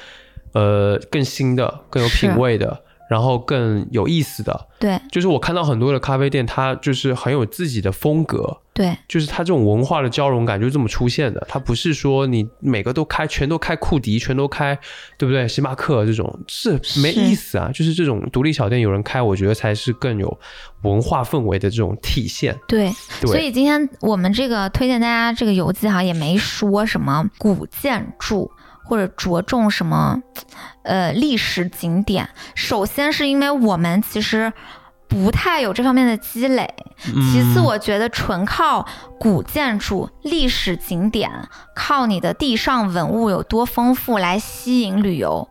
S5: 呃更新的、更有品
S3: 是
S5: 味的，然后更有意思的，
S3: 对
S5: 就是我看到很多的咖啡店，它就是很有自己的风格，
S3: 对
S5: 就是它这种文化的交融感就是这么出现的，它不是说你每个都开，全都开库迪，全都开，对不对？星巴克这种是没
S3: 是
S5: 意思啊，就是这种独立小店有人开，我觉得才是更有文化氛围的这种体现。
S3: 对。
S5: 对，
S3: 所以今天我们这个推荐大家这个游记哈，也没说什么古建筑或者着重什么呃历史景点。首先是因为我们其实不太有这方面的积累，其次我觉得纯靠古建筑、历史景点，靠你的地上文物有多丰富来吸引旅游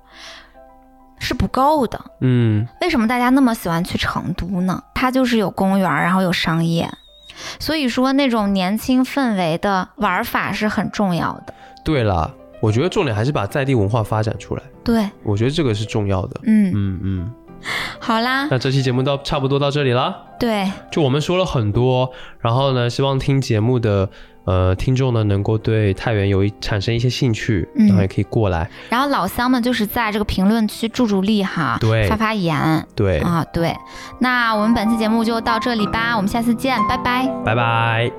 S3: 是不够的。
S5: 嗯
S3: 为什么大家那么喜欢去成都呢？它就是有公园儿，然后有商业，所以说那种年轻氛围的玩法是很重要的。
S5: 对啦，我觉得重点还是把在地文化发展出来，
S3: 对，
S5: 我觉得这个是重要的。
S3: 嗯，
S5: 嗯嗯，
S3: 好啦，
S5: 那这期节目到差不多到这里啦。
S3: 对，
S5: 就我们说了很多，然后呢，希望听节目的呃听众呢，能够对太原有一产生一些兴趣，
S3: 嗯
S5: 然后也可以过来。
S3: 然后老乡们就是在这个评论区助助力哈，
S5: 对
S3: 发发言啊、
S5: 对，
S3: 对。那我们本期节目就到这里吧，我们下次见，拜拜。
S5: 拜拜。